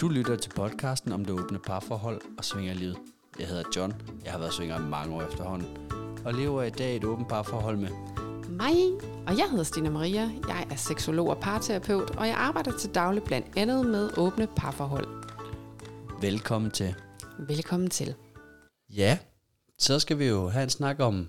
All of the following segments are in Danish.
Du lytter til podcasten om det åbne parforhold og svingerlivet. Jeg hedder John. Jeg har været svinger i mange år efterhånden. Og lever i dag et åbent parforhold med. mig, og jeg hedder Stina Maria. Jeg er seksolog og parterapeut, og jeg arbejder til daglig blandt andet med åbne parforhold. Velkommen til. Velkommen til. Ja, så skal vi jo have en snak om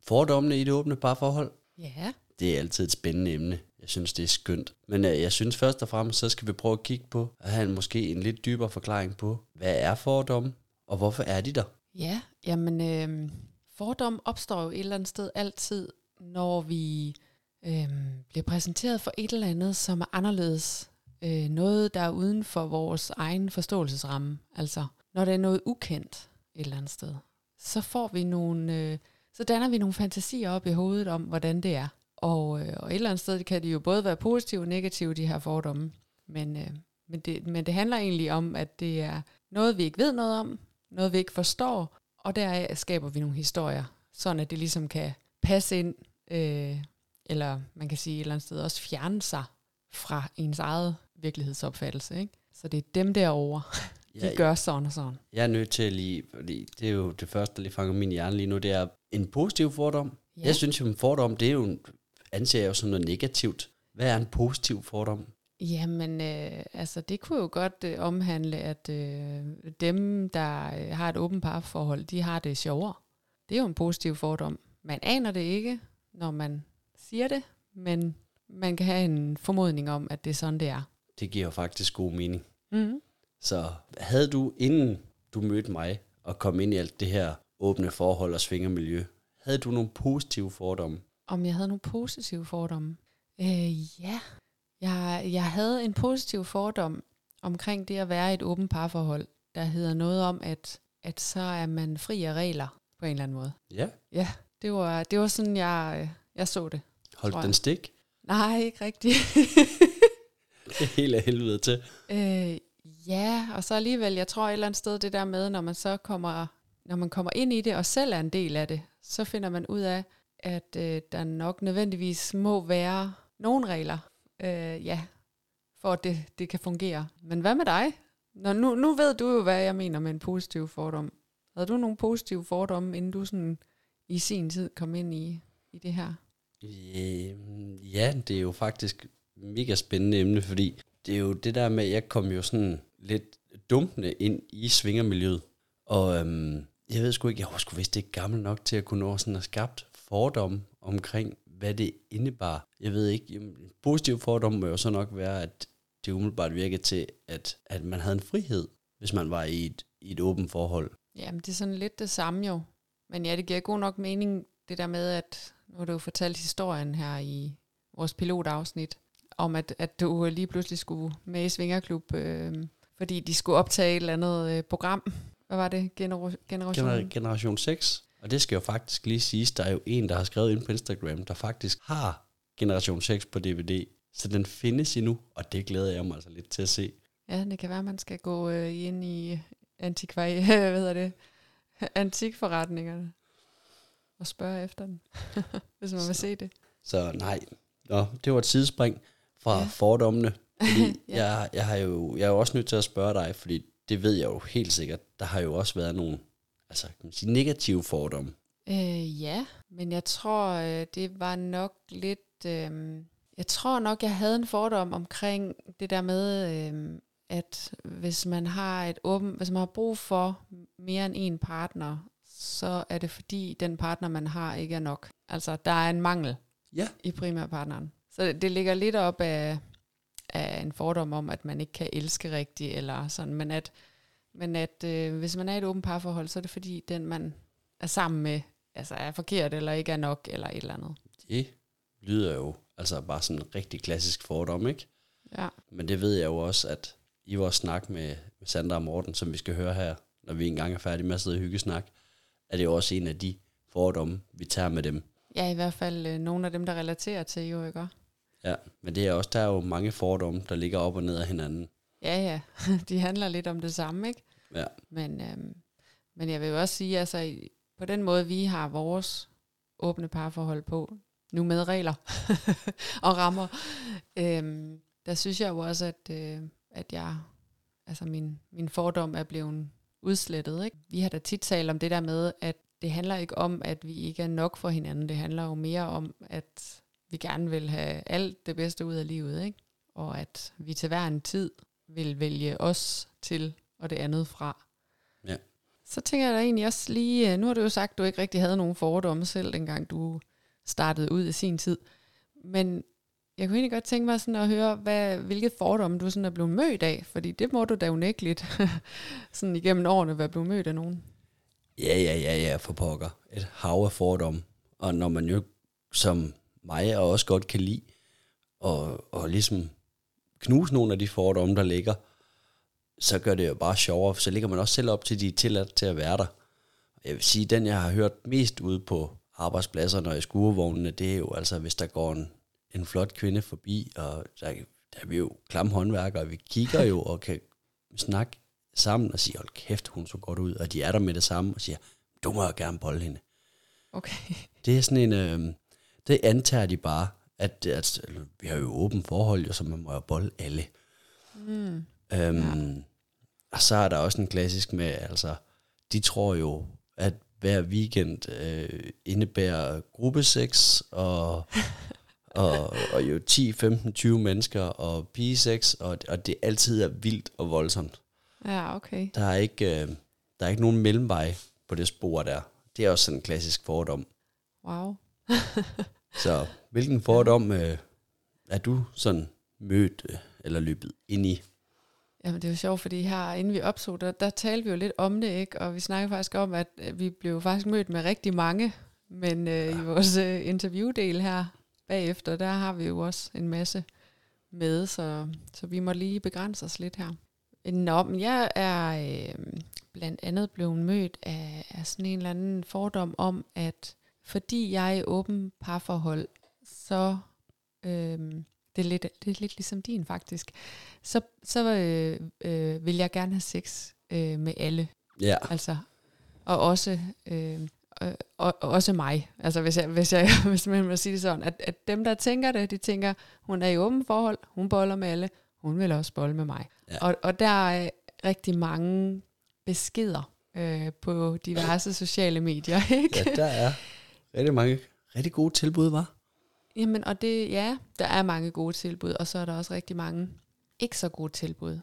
fordommene i det åbne parforhold. Ja. Det er altid et spændende emne. Jeg synes, det er skønt. Men øh, jeg synes først og fremmest, så skal vi prøve at kigge på og have en, måske en lidt dybere forklaring på, hvad er fordomme, og hvorfor er de der? Ja, jamen øh, fordom opstår jo et eller andet sted altid, når vi øh, bliver præsenteret for et eller andet, som er anderledes. Øh, noget, der er uden for vores egen forståelsesramme. Altså, når der er noget ukendt et eller andet sted, så får vi nogle, øh, så danner vi nogle fantasier op i hovedet om, hvordan det er. Og, øh, og et eller andet sted kan de jo både være positive og negative, de her fordomme. Men, øh, men, det, men det handler egentlig om, at det er noget, vi ikke ved noget om, noget vi ikke forstår, og deraf skaber vi nogle historier, sådan at det ligesom kan passe ind, øh, eller man kan sige et eller andet sted også fjerne sig fra ens eget virkelighedsopfattelse. Ikke? Så det er dem derovre, de Ja, gør sådan og sådan. Jeg er nødt til at lige, fordi det er jo det første, der lige fanger min hjerne lige nu, det er en positiv fordom. Ja. Jeg synes jo, en fordom, det er jo, en- anser jeg jo som noget negativt. Hvad er en positiv fordom? Jamen, øh, altså det kunne jo godt øh, omhandle, at øh, dem, der øh, har et åbent parforhold, de har det sjovere. Det er jo en positiv fordom. Man aner det ikke, når man siger det, men man kan have en formodning om, at det er sådan, det er. Det giver jo faktisk god mening. Mm. Så havde du, inden du mødte mig og kom ind i alt det her åbne forhold og svingermiljø, havde du nogle positive fordomme? Om jeg havde nogle positive fordomme? Øh, ja. Jeg, jeg havde en positiv fordom omkring det at være i et åbent parforhold, der hedder noget om, at, at så er man fri af regler på en eller anden måde. Ja, Det var, det var sådan, jeg, øh, jeg så det. holdt Tror jeg. den stik? Nej, ikke rigtigt. Det er helt af helvede til. øh, ja, og så alligevel, jeg tror et eller andet sted, det der med, når man så kommer, når man kommer ind i det og selv er en del af det, så finder man ud af, at øh, der nok nødvendigvis må være nogle regler, øh, ja, for at det, det kan fungere. Men hvad med dig? Nå, nu, nu ved du jo, hvad jeg mener med en positiv fordom. Havde du nogle positive fordomme, inden du sådan i sin tid kom ind i, i det her? Øh, ja, det er jo faktisk mega spændende emne, fordi det er jo det der med, at jeg kom jo sådan lidt dumpende ind i svingermiljøet. Og øhm, jeg ved sgu ikke, jeg var sgu vist ikke gammel nok til at kunne nå sådan at skabt fordomme omkring, hvad det indebar. Jeg ved ikke, jamen, en positiv fordom må jo så nok være, at det umiddelbart virkede til, at, at man havde en frihed, hvis man var i et, i et åbent forhold. Jamen, det er sådan lidt det samme jo. Men ja, det giver god nok mening, det der med, at nu har du jo fortalt historien her i vores pilotafsnit, om at, at du lige pludselig skulle med i Svingerklub, øh, fordi de skulle optage et eller andet øh, program. Hvad var det? Genera- generation? Gener- generation 6. Og det skal jo faktisk lige siges, der er jo en, der har skrevet ind på Instagram, der faktisk har Generation 6 på DVD. Så den findes endnu, og det glæder jeg mig altså lidt til at se. ja, det kan være, man skal gå øh, ind i antikvari... hvad hedder det? Antikforretningerne og spørge efter den, hvis man vil se det. Så nej, Nå, det var et sidespring fra Ja. ja. fordommene. Fordi Ja. ja. jeg, jeg, har jo, jeg er jo også nødt til at spørge dig, fordi det ved jeg jo helt sikkert, der har jo også været nogle altså, kan man sige, negative fordomme. Øh, ja, men jeg tror, øh, det var nok lidt... Øh, jeg tror nok, jeg havde en fordom omkring det der med, øh, at hvis man har et åben, hvis man har brug for mere end en partner, så er det fordi, den partner, man har, ikke er nok. Altså, der er en mangel Ja. i primærpartneren. Så det, det ligger lidt op af, af en fordom om, at man ikke kan elske rigtigt, eller sådan, men at, men at øh, hvis man er i et åbent parforhold, så er det fordi, den man er sammen med, altså er forkert, eller ikke er nok, eller et eller andet. Det lyder jo altså bare som en rigtig klassisk fordom, ikke? Ja, Men det ved jeg jo også, at i vores snak med, med Sandra og Morten, som vi skal høre her, når vi engang er færdige med at sidde og hyggesnak, er det jo også en af de fordomme, vi tager med dem. ja i hvert fald øh, nogle af dem, der relaterer til, jo ikke? Ja, men det er også, der er jo mange fordomme, der ligger op og ned af hinanden. Ja, ja, de handler lidt om det samme, ikke? Ja. Men, øhm, men jeg vil jo også sige, altså i- på den måde, vi har vores åbne parforhold på, nu med regler og rammer, øhm, der synes jeg jo også, at, øh, at jeg altså min, min fordom er blevet udslettet. Ikke? Vi har da tit talt om det der med, at det handler ikke om, at vi ikke er nok for hinanden. Det handler jo mere om, at vi gerne vil have alt det bedste ud af livet, ikke? og at vi til hver en tid vil vælge os til og det andet fra. Ja. Så tænker jeg da egentlig også lige, øh, nu har du jo sagt, at du ikke rigtig havde nogen fordomme selv, dengang du startede ud i sin tid. Men jeg kunne egentlig godt tænke mig sådan at høre, hvad, hvilke fordomme du sådan er blevet mødt af, fordi det må du da unægteligt sådan igennem årene være blevet mødt af nogen. Ja, ja, ja, ja, for pokker. Et hav af fordomme. Og når man jo, som mig, og også godt kan lide, og, og ligesom knuse nogle af de fordomme, der ligger, så gør det jo bare sjovere, for så ligger man også selv op til, de er tilladt til at være der. Jeg vil sige, den jeg har hørt mest ude på arbejdspladserne og i skurevognene, det er jo altså, hvis der går en, en flot kvinde forbi, og der, der er vi jo klamme håndværkere, og vi kigger jo og kan snakke sammen og sige, hold kæft, hun så godt ud, og de er der med det samme og siger, du må jo gerne bolde hende. Okay. Det er sådan en, øh, det antager de bare, at, at eller, vi har jo åbent forhold, jo, så man må jo bolde alle. Mm. Øhm, ja. Og så er der også en klassisk med, altså, de tror jo, at hver weekend øh, indebærer gruppesex og, og, og jo 10, 15, 20 mennesker og pigesex, og, og det altid er vildt og voldsomt. Ja, okay. Der er ikke, øh, der er ikke nogen mellemvej på det spor der. Det er også sådan en klassisk fordom. Wow. Så hvilken fordom øh, er du sådan mødt øh, eller løbet ind i? Jamen, det er jo sjovt, fordi her, inden vi optog, der, der talte vi jo lidt om det, ikke? Og vi snakkede faktisk om, at øh, vi blev faktisk mødt med rigtig mange. Men øh, ja. i vores øh, interviewdel her bagefter, der har vi jo også en masse med, så, så vi må lige begrænse os lidt her. Nå, men jeg er øh, blandt andet blevet mødt af, af sådan en eller anden fordom om, at fordi jeg er i åben parforhold, så øh, det, er lidt, det er lidt ligesom din faktisk, så, så øh, øh, vil jeg gerne have sex øh, med alle. Ja, Altså, og også, øh, og, og, og også mig. Altså, hvis, jeg, hvis, jeg, hvis man må sige det sådan, at, at dem, der tænker det, de tænker, hun er i åben forhold, hun boller med alle, hun vil også bolle med mig. Ja. Ja. Og, og der er rigtig mange beskeder øh, på diverse sociale medier, ikke? ja der er rigtig mange rigtig gode tilbud, var. Jamen, og det, ja, der er mange gode tilbud, og så er der også rigtig mange ikke så gode tilbud.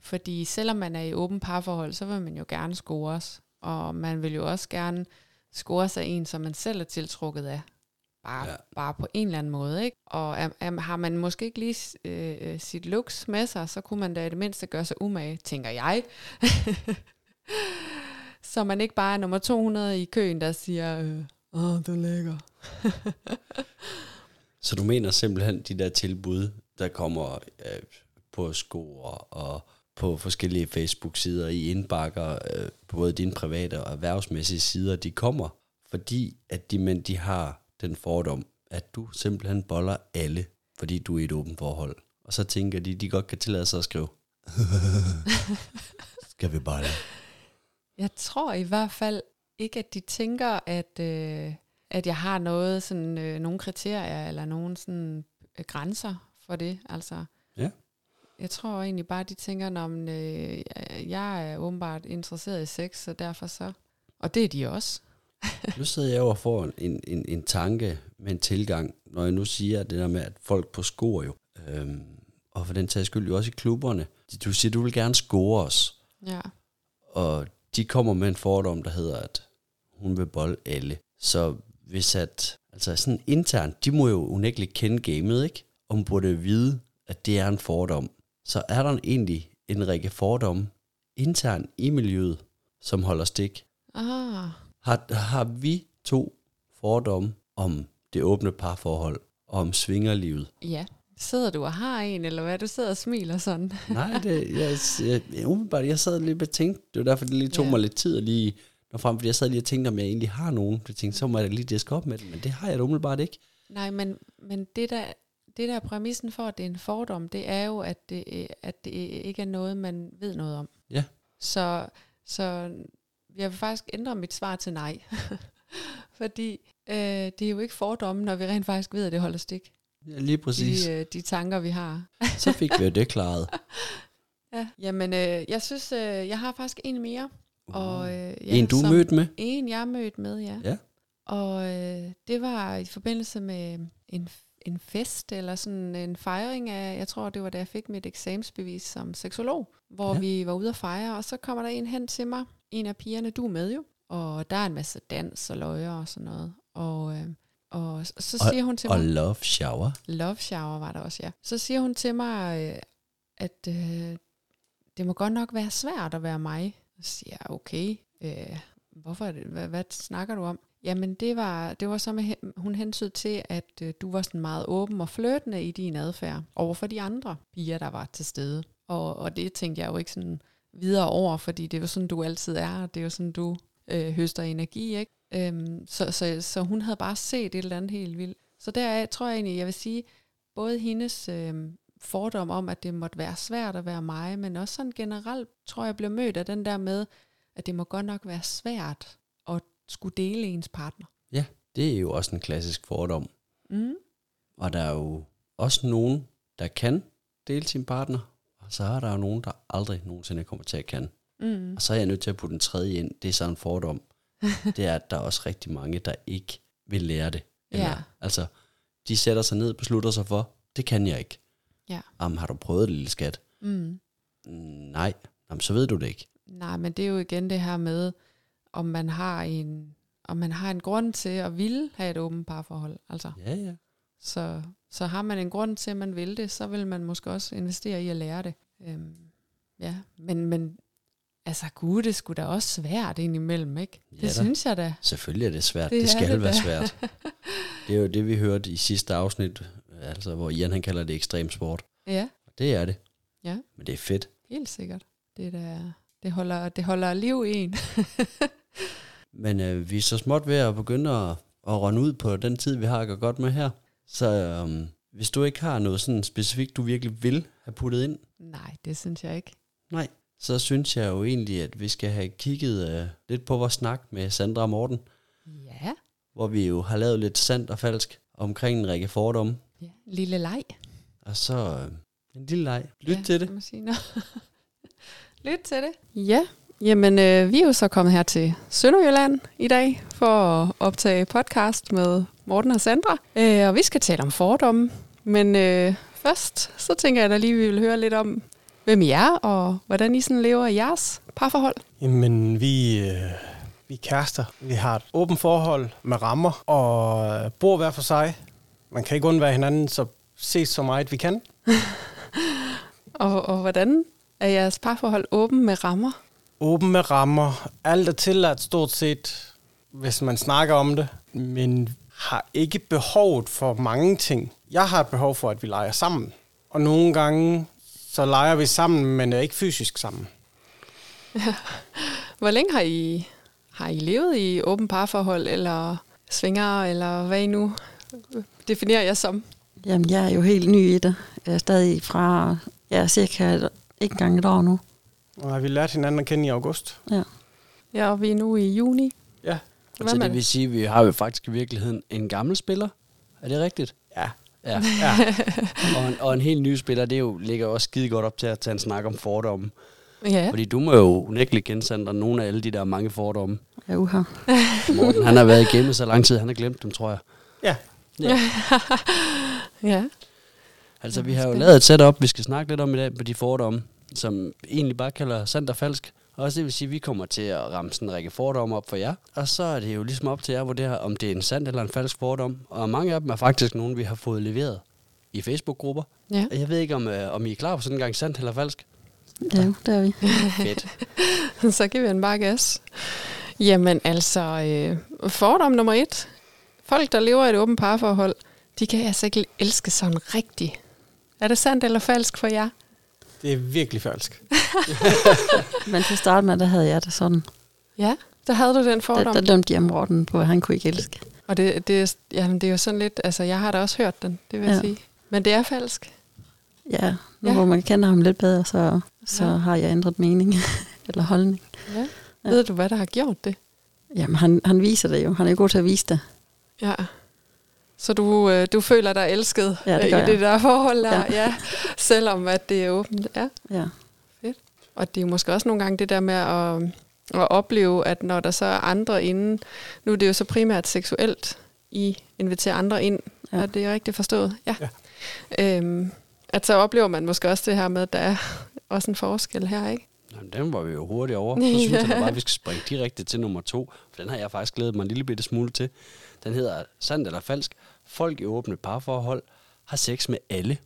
Fordi selvom man er i åben parforhold, så vil man jo gerne scores, og man vil jo også gerne score sig en, som man selv er tiltrukket af. Bare, Ja. ja. bare på en eller anden måde, ikke? Og er, er, har man måske ikke lige øh, øh, sit looks med sig, så kunne man da i det mindste gøre sig umage, tænker jeg. så man ikke bare er nummer 200 i køen, der siger, øh, åh, du er lækker. Så du mener simpelthen, de der tilbud, der kommer øh, på skoer og på forskellige Facebook-sider, i indbakker, øh, på både dine private og erhvervsmæssige sider, de kommer, fordi at de mænd, de har den fordom, at du simpelthen boller alle, fordi du er i et åbent forhold. Og så tænker de, de godt kan tillade sig at skrive. Skal vi bare lade? Jeg tror i hvert fald ikke, at de tænker, at, øh, at jeg har noget sådan øh, nogle kriterier eller nogle sådan øh, grænser for det. Altså, Ja. jeg tror egentlig bare, at de tænker, når øh, jeg er åbenbart interesseret i sex, så derfor så. Og det er de også. Nu sidder jeg jo og får en, en, en tanke med en tilgang, når jeg nu siger det der med, at folk på score jo, øhm, og for den tages skyld jo også i klubberne, du siger, du vil gerne score os, Ja. og de kommer med en fordom, der hedder, at hun vil bolde alle. Så hvis at, altså sådan internt, de må jo unægteligt kende gamet, ikke? Og man burde vide, at det er en fordom. Så er der egentlig en række fordomme internt i miljøet, som holder stik. Ah, Har, har vi to fordomme om det åbne parforhold og om svingerlivet? ja. Sidder du og har en, eller hvad? Du sidder og smiler sådan. Nej, det, jeg, jeg, umiddelbart, jeg sad lidt og tænkte, det var derfor, det lige tog Ja. mig lidt tid at lige nå frem, fordi jeg sad lige og tænkte, om jeg egentlig har nogen. Jeg tænkte, så må jeg da lige diske op med det, men det har jeg da umiddelbart ikke. Nej, men, men det, der, det der er præmissen for, at det er en fordom, det er jo, at det, øh, at det ikke er noget, man ved noget om. Ja. Så, så jeg vil faktisk ændre mit svar til nej. Fordi øh, det er jo ikke fordomme, når vi rent faktisk ved, at det holder stik. Ja, lige præcis. De, øh, de tanker, vi har. Så fik vi jo det klaret. Ja. Jamen, øh, jeg synes, øh, jeg har faktisk en mere. Og, øh, ja, en du som- mødte med? En, jeg mødte med, ja. Ja. Og øh, det var i forbindelse med øh, en, en fest, eller sådan en fejring af, jeg tror, det var da jeg fik mit eksamensbevis som seksolog, hvor Ja. ja. vi var ude at fejre, og så kommer der en hen til mig, en af pigerne, du er med jo, og der er en masse dans og løjer og sådan noget, og, øh, og s- så siger hun til Og mig, Love Shower. Love Shower var der også, ja. Så siger hun til mig, øh, at øh, det må godt nok være svært at være mig. Så siger jeg, okay, øh, hvorfor er det, hvad, hvad snakker du om? Jamen det var, det var så med, hen- hun hensyd til, at øh, du var sådan meget åben og flirtende i din adfærd over for de andre piger, der var til stede. Og, og det tænkte jeg jo ikke sådan videre over, fordi det er jo sådan, du altid er, og det er jo sådan, du øh, høster energi, ikke? Øhm, så, så, så hun havde bare set et eller andet helt vildt. Så deraf tror jeg egentlig, jeg vil sige, både hendes øh, fordom om, at det måtte være svært at være mig, men også sådan generelt tror jeg blev mødt af den der med, at det må godt nok være svært at skulle dele ens partner. Det er jo også en klassisk fordom. Mm. Og der er jo også nogen, der kan dele sin partner, og så er der jo nogen, der aldrig nogensinde kommer til at kan. Mm. Og så er jeg nødt til at putte en tredje ind. Det er så en fordom. det er, at der er også rigtig mange, der ikke vil lære det. Ja. Altså, de sætter sig ned og beslutter sig for, det kan jeg ikke. Ja. Jamen, har du prøvet det, lille skat? Mm. Nej. Jamen, så ved du det ikke. Nej, men det er jo igen det her med, om man har en, om man har en grund til at ville have et åbent parforhold. Altså, Ja, ja. så, så har man en grund til, at man vil det, så vil man måske også investere i at lære det. Øhm, ja, men, men altså gud, det skulle da også svært indimellem, ikke? Ja Det da. synes jeg da. Selvfølgelig er det svært. Det, Det det er skal det være da. svært. Det er jo det, vi hørte i sidste afsnit, altså, hvor Ian han kalder det ekstrem sport. Ja, Og det er det. Ja. Men det er fedt. helt sikkert. Det, der, det, holder, det holder liv i en. Men øh, vi er så småt ved at begynde at, at runde ud på den tid, vi har at gøre godt med her. Så øh, hvis du ikke har noget sådan specifikt, du virkelig vil have puttet ind, Nej, det synes jeg ikke. så synes jeg jo egentlig, at vi skal have kigget øh, lidt på vores snak med Sandra og Morten, Ja, hvor vi jo har lavet lidt sandt og falsk omkring en række fordomme. ja. lille leg. Og så øh, en lille leg. Lyt ja, ja. til det. kan Man sige. Nå. Lyt til det. Ja, jamen øh, vi er jo så kommet her til Sønderjylland i dag for at optage podcast med Morten og Sandra. Øh, og vi skal tale om fordomme, men øh, først så tænker jeg da lige, at vi vil høre lidt om, hvem I er og hvordan I sådan lever i jeres parforhold. Jamen, vi, øh, vi er kærester. Vi har et åbent forhold med rammer og øh, bor hver for sig. Man kan ikke undvære hinanden, så ses så meget vi kan. Og, og hvordan er jeres parforhold åben med rammer? Åben med rammer. Alt er tilladt stort set, hvis man snakker om det. Men har ikke behovet for mange ting. Jeg har et behov for, at vi leger sammen. Og nogle gange, så leger vi sammen, men er ikke fysisk sammen. Hvor længe har I, har I levet i åben parforhold eller svinger, eller hvad I nu definerer jer som? Jamen, jeg er jo helt ny i det. Jeg er stadig fra, ja, cirka et, ikke engang et år nu. Og har vi lært hinanden at kende i august? Ja. Ja, og vi er nu i juni. Ja. Hvad Så med Altså, det det? vil sige, at vi har jo faktisk i virkeligheden en gammel spiller. Er det rigtigt? Ja. Ja. ja. og, en, og en helt ny spiller, det er jo, ligger jo også skide godt op til at tage en snak om fordomme. Ja, Fordi du må jo unægteligt gencenter nogle af alle de der mange fordomme. Jeg er uha. Morten, han har været igennem så lang tid, han har glemt dem, tror jeg. ja. ja. Altså, vi har jo lavet et setup, vi skal snakke lidt om i dag på de fordomme, som egentlig bare kalder sandt og falsk. Også det vil sige, at vi kommer til at ramme sådan en række fordomme op for jer. Og så er det jo ligesom op til jer at vurdere, om det er en sand eller en falsk fordom. Og mange af dem er faktisk nogle, vi har fået leveret i Facebook-grupper. ja. Og Jeg ved ikke, om, øh, om I er klar på sådan en gang sandt eller falsk. Ja, det er vi. Fedt. Så giver vi den bare gas. Jamen altså, øh, fordom nummer et. Folk, der lever i et åbent parforhold, de kan altså ikke elske sådan rigtigt. Er det sandt eller falsk for jer? Det er virkelig falsk. Men til at starte med, der havde jeg det sådan. Ja, der havde du den Der, fordom. der dømte jeg Morten på, at han kunne ikke elske. Og det, det, er, jamen, det er jo sådan lidt, altså jeg har da også hørt den, det vil jeg Ja. sige. Men det er falsk. Ja, nu Ja. ja. hvor man kender ham lidt bedre, så, så Ja. ja. har jeg ændret mening eller holdning. Ja. Ja. Ved du, hvad der har gjort det? Jamen, han, han viser det jo. Han er jo god til at vise det. Ja. Så du, øh, du føler dig elsket Ja, det øh, gør i jeg. det der forhold der, ja. Ja. ja. Selvom at det er åbent. Ja, Ja. fedt. Og det er jo måske også nogle gange det der med at, at opleve, at når der så er andre inde, nu er det jo så primært seksuelt, I inviterer andre ind, ja. Ja. er det rigtigt forstået? Ja. ja. Øhm, at så oplever man måske også det her med, at der er også en forskel her, ikke? Jamen, den var vi jo hurtigt over. Så synes jeg da bare, at vi skal springe direkte til nummer to. For den har jeg faktisk glædet mig en lille bitte smule til. Den hedder Sandt eller Falsk. Folk i åbne parforhold har sex med alle.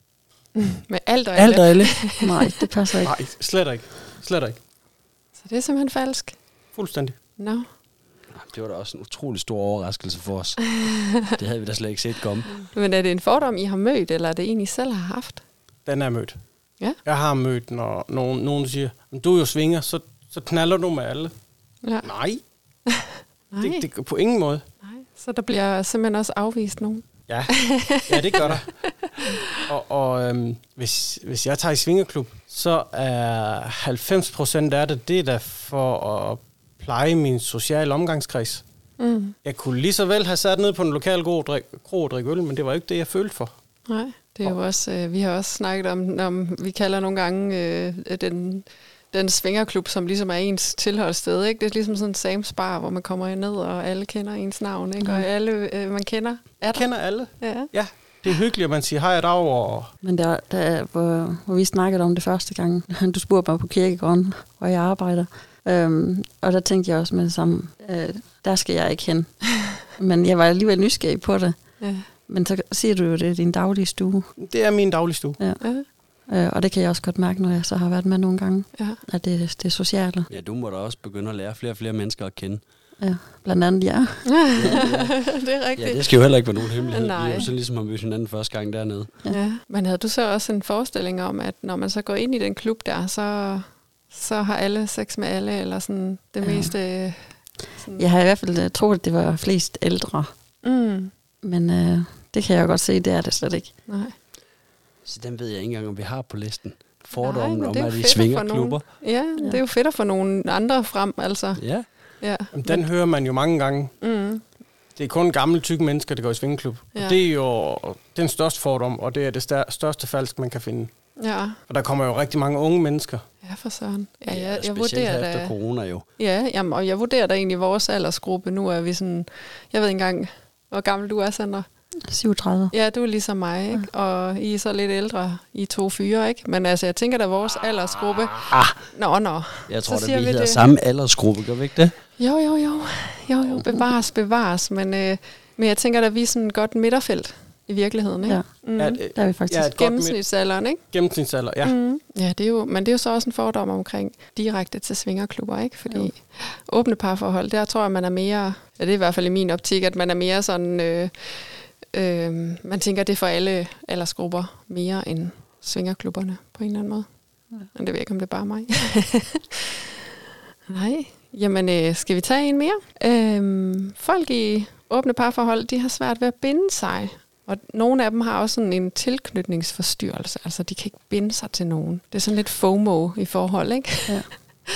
Med alt og alt. alle. Nej, det passer ikke. Nej, slet ikke. Slet ikke. Så det er simpelthen falsk. Fuldstændig. Nå. Jamen, Det var da også en utrolig stor overraskelse for os. Det havde vi da slet ikke set komme. Men er det en fordom, I har mødt, eller er det en, I selv har haft? Den er mødt. Ja. Jeg har mødt, når nogen, nogen siger, "Men du er jo svinger, så, så knaller du med alle. Ja. Nej, Nej. Det, det, gør- på ingen måde. Nej. Så der bliver simpelthen også afvist nogen. Ja, ja det gør der. Og, og øhm, hvis, hvis jeg tager i svingerklub, så er 90 procent af det, det er da for at pleje min sociale omgangskreds. Mm. Jeg kunne lige så vel have sat ned på en lokal god drik, kro og drikke øl, men det var ikke det, jeg følte for. Nej, det er jo også, øh, vi har også snakket om, om vi kalder nogle gange øh, den, den svingerklub, som ligesom er ens tilholdssted. Ikke? Det er ligesom sådan en Sam's Bar, hvor man kommer ned, og alle kender ens navn, ikke? og alle øh, man kender er Jeg der. kender alle. Ja. Ja, det er hyggeligt, at man siger hej og dag, og Men der, der hvor, hvor vi snakkede om det første gang, du spurgte mig på kirkegården, hvor jeg arbejder, øhm, og der tænkte jeg også med det samme, øh, der skal jeg ikke hen. Men jeg var alligevel nysgerrig på det. Ja. Men så siger du jo, det er din daglige stue, det er min dagligstue. Ja. øh, og det kan jeg også godt mærke, når jeg så har været med nogle gange, Ja. at det, det er sociale. Ja, du må da også begynde at lære flere og flere mennesker at kende. Ja, blandt andet jer. det er rigtigt. Ja, det skal jo heller ikke være nogen hemmelighed. Vi er Nej. jo sådan ligesom at møde hinanden første gang dernede. Ja, men havde du så også en forestilling om, at når man så går ind i den klub der, så, så har alle sex med alle, eller sådan det Ja. meste... øh, Sådan, Jeg har i hvert fald øh, troet, at det var flest ældre, Mm, men øh, det kan jeg jo godt se, det er det slet ikke. nej. Så den ved jeg ikke engang, om vi har på listen. Fordommen men om, det er jo at vi fedt at få svinger klubber. Ja, det er jo fedt at få nogle andre frem, altså. Ja, Ja. Jamen, Den hører man jo mange gange. Mm, Det er kun gamle, tykke mennesker, der går i svingeklub. Ja. Ja. Og det er jo den største fordom, og det er det stær- største falsk, man kan finde. ja. Og der kommer jo rigtig mange unge mennesker. Ja, for søren. Ja, jeg, jeg specielt vurderer her efter da, corona jo. ja, jamen, og jeg vurderer da egentlig vores aldersgruppe. Nu er vi sådan, jeg ved ikke engang, hvor gammel du er, Sandra. 37. Ja, du er ligesom mig, ikke? Og I er så lidt ældre. I er to fyre, ikke? Men altså, jeg tænker da vores aldersgruppe. Ah. Nå, nå. Jeg Så tror, at vi siger vi hedder det. samme aldersgruppe, gør vi ikke det? Jo, jo, jo. Jo, jo, bevares, bevares. Men, øh, men jeg tænker da, vi er sådan et godt midterfelt i virkeligheden, ikke? Ja, Mm. Ja, Ja, det- der er vi ja, faktisk. et godt midt- Gennemsnitsalderen, ikke? gennemsnitsalder, ja. Mm. Mm. Ja, det er jo, men det er jo så også en fordom omkring direkte til svingerklubber, ikke? Fordi Jo. åbne parforhold, der tror jeg, man er mere, ja, det er i hvert fald i min optik, at man er mere sådan, øh, øh, man tænker, det er for alle aldersgrupper mere end svingerklubberne på en eller anden måde. Ja. Men det ved jeg ikke, om det er bare mig. Nej. Jamen, øh, skal vi tage en mere? Øhm, folk i åbne parforhold, de har svært ved at binde sig. Og nogle af dem har også sådan en tilknytningsforstyrrelse. Altså, de kan ikke binde sig til nogen. Det er sådan lidt FOMO i forhold, ikke?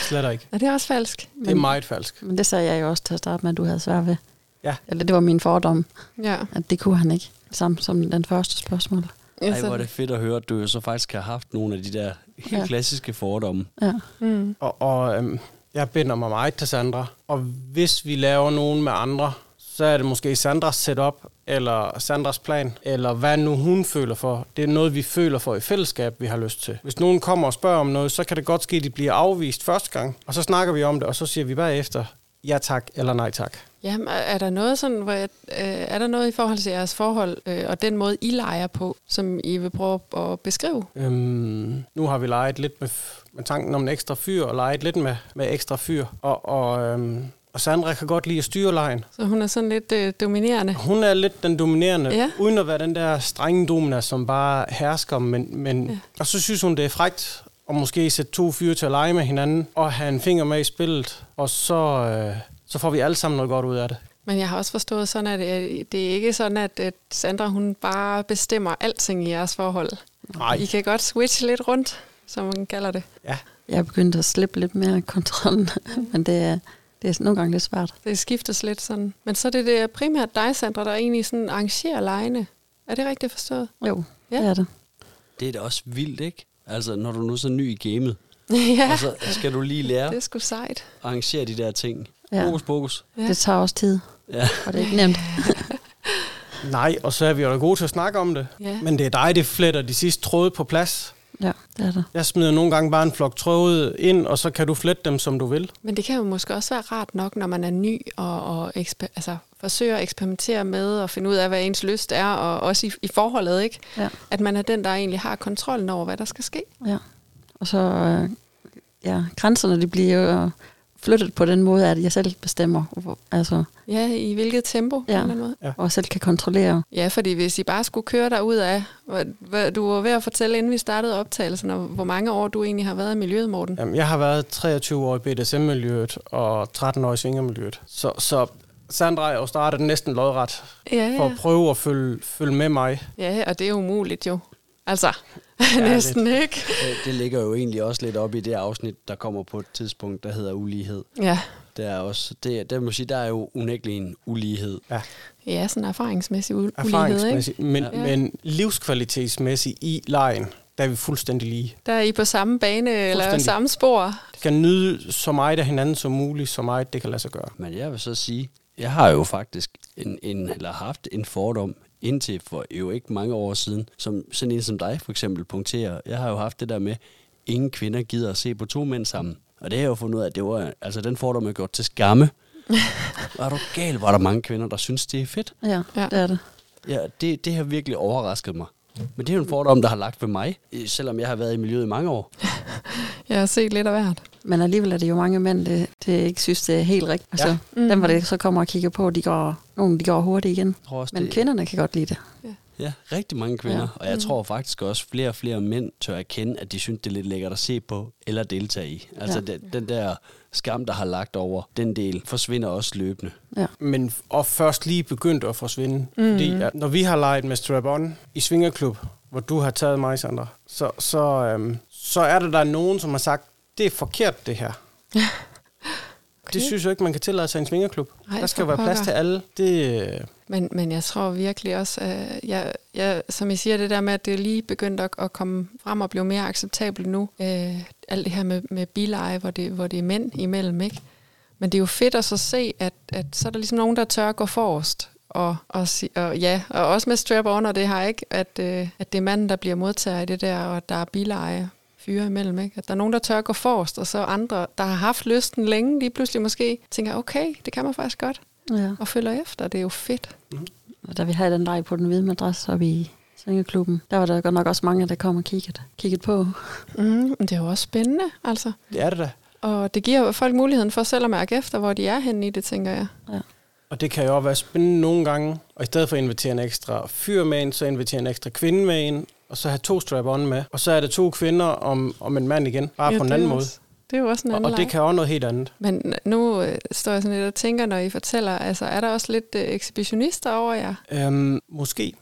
Slet ikke. Er det også falsk? Det er meget falsk. Men det sagde jeg jo også til at starte med, at du havde svært ved. Ja. Eller det var min fordom, Ja. at det kunne han ikke. Samme som den første spørgsmål. Ej, hvor er det fedt at høre, at du jo så faktisk har haft nogle af de der helt Ja. klassiske fordomme. Ja. Mm, Og, og øhm, jeg binder mig meget til Sandra. Og hvis vi laver nogen med andre, så er det måske Sandras setup, eller Sandras plan, eller hvad nu hun føler for. Det er noget, vi føler for i fællesskab, vi har lyst til. Hvis nogen kommer og spørger om noget, så kan det godt ske, at de bliver afvist første gang. Og så snakker vi om det, og så siger vi bagefter, ja tak eller nej tak. Jamen, er- er der noget sådan, hvor jeg, øh, er der noget i forhold til jeres forhold øh, og den måde, I leger på, som I vil prøve at beskrive? Øhm, nu har vi leget lidt med, f- med tanken om en ekstra fyr, og leget lidt med, med ekstra fyr. Og, og, øhm, og Sandra kan godt lide at styre lejen. Så hun er sådan lidt øh, dominerende. Hun er lidt den dominerende, ja. Ja. uden at være den der strenge domina, som bare hersker. Men, men, ja. Og så synes hun, det er frægt at måske sætte to fyre til at lege med hinanden, og have en finger med i spillet, og så, øh, så får vi alle sammen noget godt ud af det. Men jeg har også forstået sådan, at øh, det er ikke sådan, at at Sandra hun bare bestemmer alting i jeres forhold. Nej, I kan godt switche lidt rundt, som man kalder det. ja. Jeg er begyndt at slippe lidt mere af kontrollen, Mhm. men det er, det er nogle gange lidt svært. Det skiftes lidt sådan. Men så er det, det primært dig, Sandra, der egentlig sådan arrangerer lejene. Er det rigtigt forstået? Jo, Ja. ja. det er det. Det er da også vildt, ikke? Altså, når du nu er så ny i gamet, ja, Og så skal du lige lære det er at sgu sejt. arrangere de der ting. Ja. Fokus, fokus. Ja. Det tager også tid, Ja. og det er ikke nemt. Nej, og så er vi jo da gode til at snakke om det. Ja. Men det er dig, det fletter de sidste tråde på plads. Ja, det er det. Jeg smider nogle gange bare en flok tråde ind, og så kan du flette dem, som du vil. Men det kan jo måske også være rart nok, når man er ny og, og eksper- altså, forsøger at eksperimentere med og finde ud af, hvad ens lyst er, og også i, i forholdet, ikke? Ja. At man er den, der egentlig har kontrollen over, hvad der skal ske. Og så, øh, ja, grænserne de bliver jo øh, flyttet på den måde, at jeg selv bestemmer, hvor, altså, Ja, i hvilket tempo på Ja. en eller anden måde. og selv kan kontrollere. Ja, fordi hvis I bare skulle køre dig ud af, du var ved at fortælle, inden vi startede optagelsen, og hvor mange år du egentlig har været i miljøet, Morten. Jamen, jeg har været 23 år i BDSM-miljøet og 13 år i svingermiljøet. Så, så Sandra er jo startet næsten lodret Ja, for at prøve at følge, følge med mig. ja og det er umuligt jo. Altså, Ja, ja, næsten lidt. ikke. Det, det ligger jo egentlig også lidt op i det afsnit, der kommer på et tidspunkt, der hedder ulighed. Ja. Der er også, det, der, må jeg sige, der er jo unægtelig en ulighed. ja, sådan erfaringsmæssig u- ulighed, ikke? Erfaringsmæssigt, men, Ja. ja. men livskvalitetsmæssigt i lejen, der er vi fuldstændig lige. Der er I på samme bane eller Fuldstændig. samme spor. Skal nyde så meget af hinanden som muligt, så meget det kan lade sig gøre. Men jeg vil så sige, jeg har jo faktisk en, en, eller haft en fordom indtil for jo ikke mange år siden, som sådan en som dig for eksempel punkterer. Jeg har jo haft det der med, ingen kvinder gider at se på to mænd sammen. Og det har jeg jo fundet ud af, at det var, altså den fordom er gjort til skamme. Var du gal, var der mange kvinder, der synes, det er fedt. Ja, Ja. ja. det er det. Ja, det, det har virkelig overrasket mig. Men det er jo en fordom, der har lagt ved mig, øh, selvom jeg har været i miljøet i mange år. Jeg har set lidt af hvert. Men alligevel er det jo mange mænd, det, det ikke synes, det er helt rigtigt. Altså, ja. Mm. dem, hvor det så kommer og kigger på, de går, nogle de går hurtigt igen. Jeg tror også, Men det, kvinderne kan godt lide det. Ja, rigtig mange kvinder. Ja. Og jeg tror faktisk også, flere og flere mænd tør erkende, at de synes, det er lidt lækkert at se på eller deltage i. Altså ja. Ja. den, den der skam, der har lagt over den del, forsvinder også løbende. men og først lige begyndt at forsvinde. Mm. Fordi at når vi har leget med strap-on i Svingerklub, hvor du har taget mig, Sandra, så, så, øhm, så er der, der nogen, som har sagt, det er forkert det her. Okay. Det synes jeg ikke, man kan tillade sig i en svingerklub. Ej, der skal for være plads pokker. til alle. Det, øh, Men, men jeg tror virkelig også, øh, jeg, jeg, som I siger, det der med, at det er lige begyndt at, at komme frem og blive mere acceptabelt nu. Øh, alt det her med, med bileje, hvor det, hvor det er mænd imellem, ikke? Men det er jo fedt at så se, at, at så er der ligesom nogen, der tør at gå forrest. Og, og, si- og ja, og også med strap-on, og det har ikke, at, øh, at det er manden, der bliver modtager i det der, og at der er bileje fyre imellem, ikke? At der er nogen, der tør at gå forrest, og så andre, der har haft lysten længe, lige pludselig måske tænker, okay, det kan man faktisk godt, Ja. og følger efter. Det er jo fedt. Og da vi havde den leg på den hvide madras oppe i Svingeklubben, der var der godt nok også mange, der kom og kiggede, kiggede på. Mm, men det er jo også spændende, altså. det er det da. Og det giver jo folk muligheden for selv at mærke efter, hvor de er henne i det, tænker jeg. Og det kan jo også være spændende nogle gange. Og i stedet for at invitere en ekstra fyr med ind, så invitere en ekstra kvinde med ind, og så have to strap-on med. Og så er det to kvinder om, om en mand igen, bare ja, på en det er anden jo måde. også- Det er jo også en Og, anden og det leg. kan også noget helt andet. Men nu øh, står jeg sådan lidt og tænker, når I fortæller, altså er der også lidt øh, ekshibitionister over jer? Øhm, måske.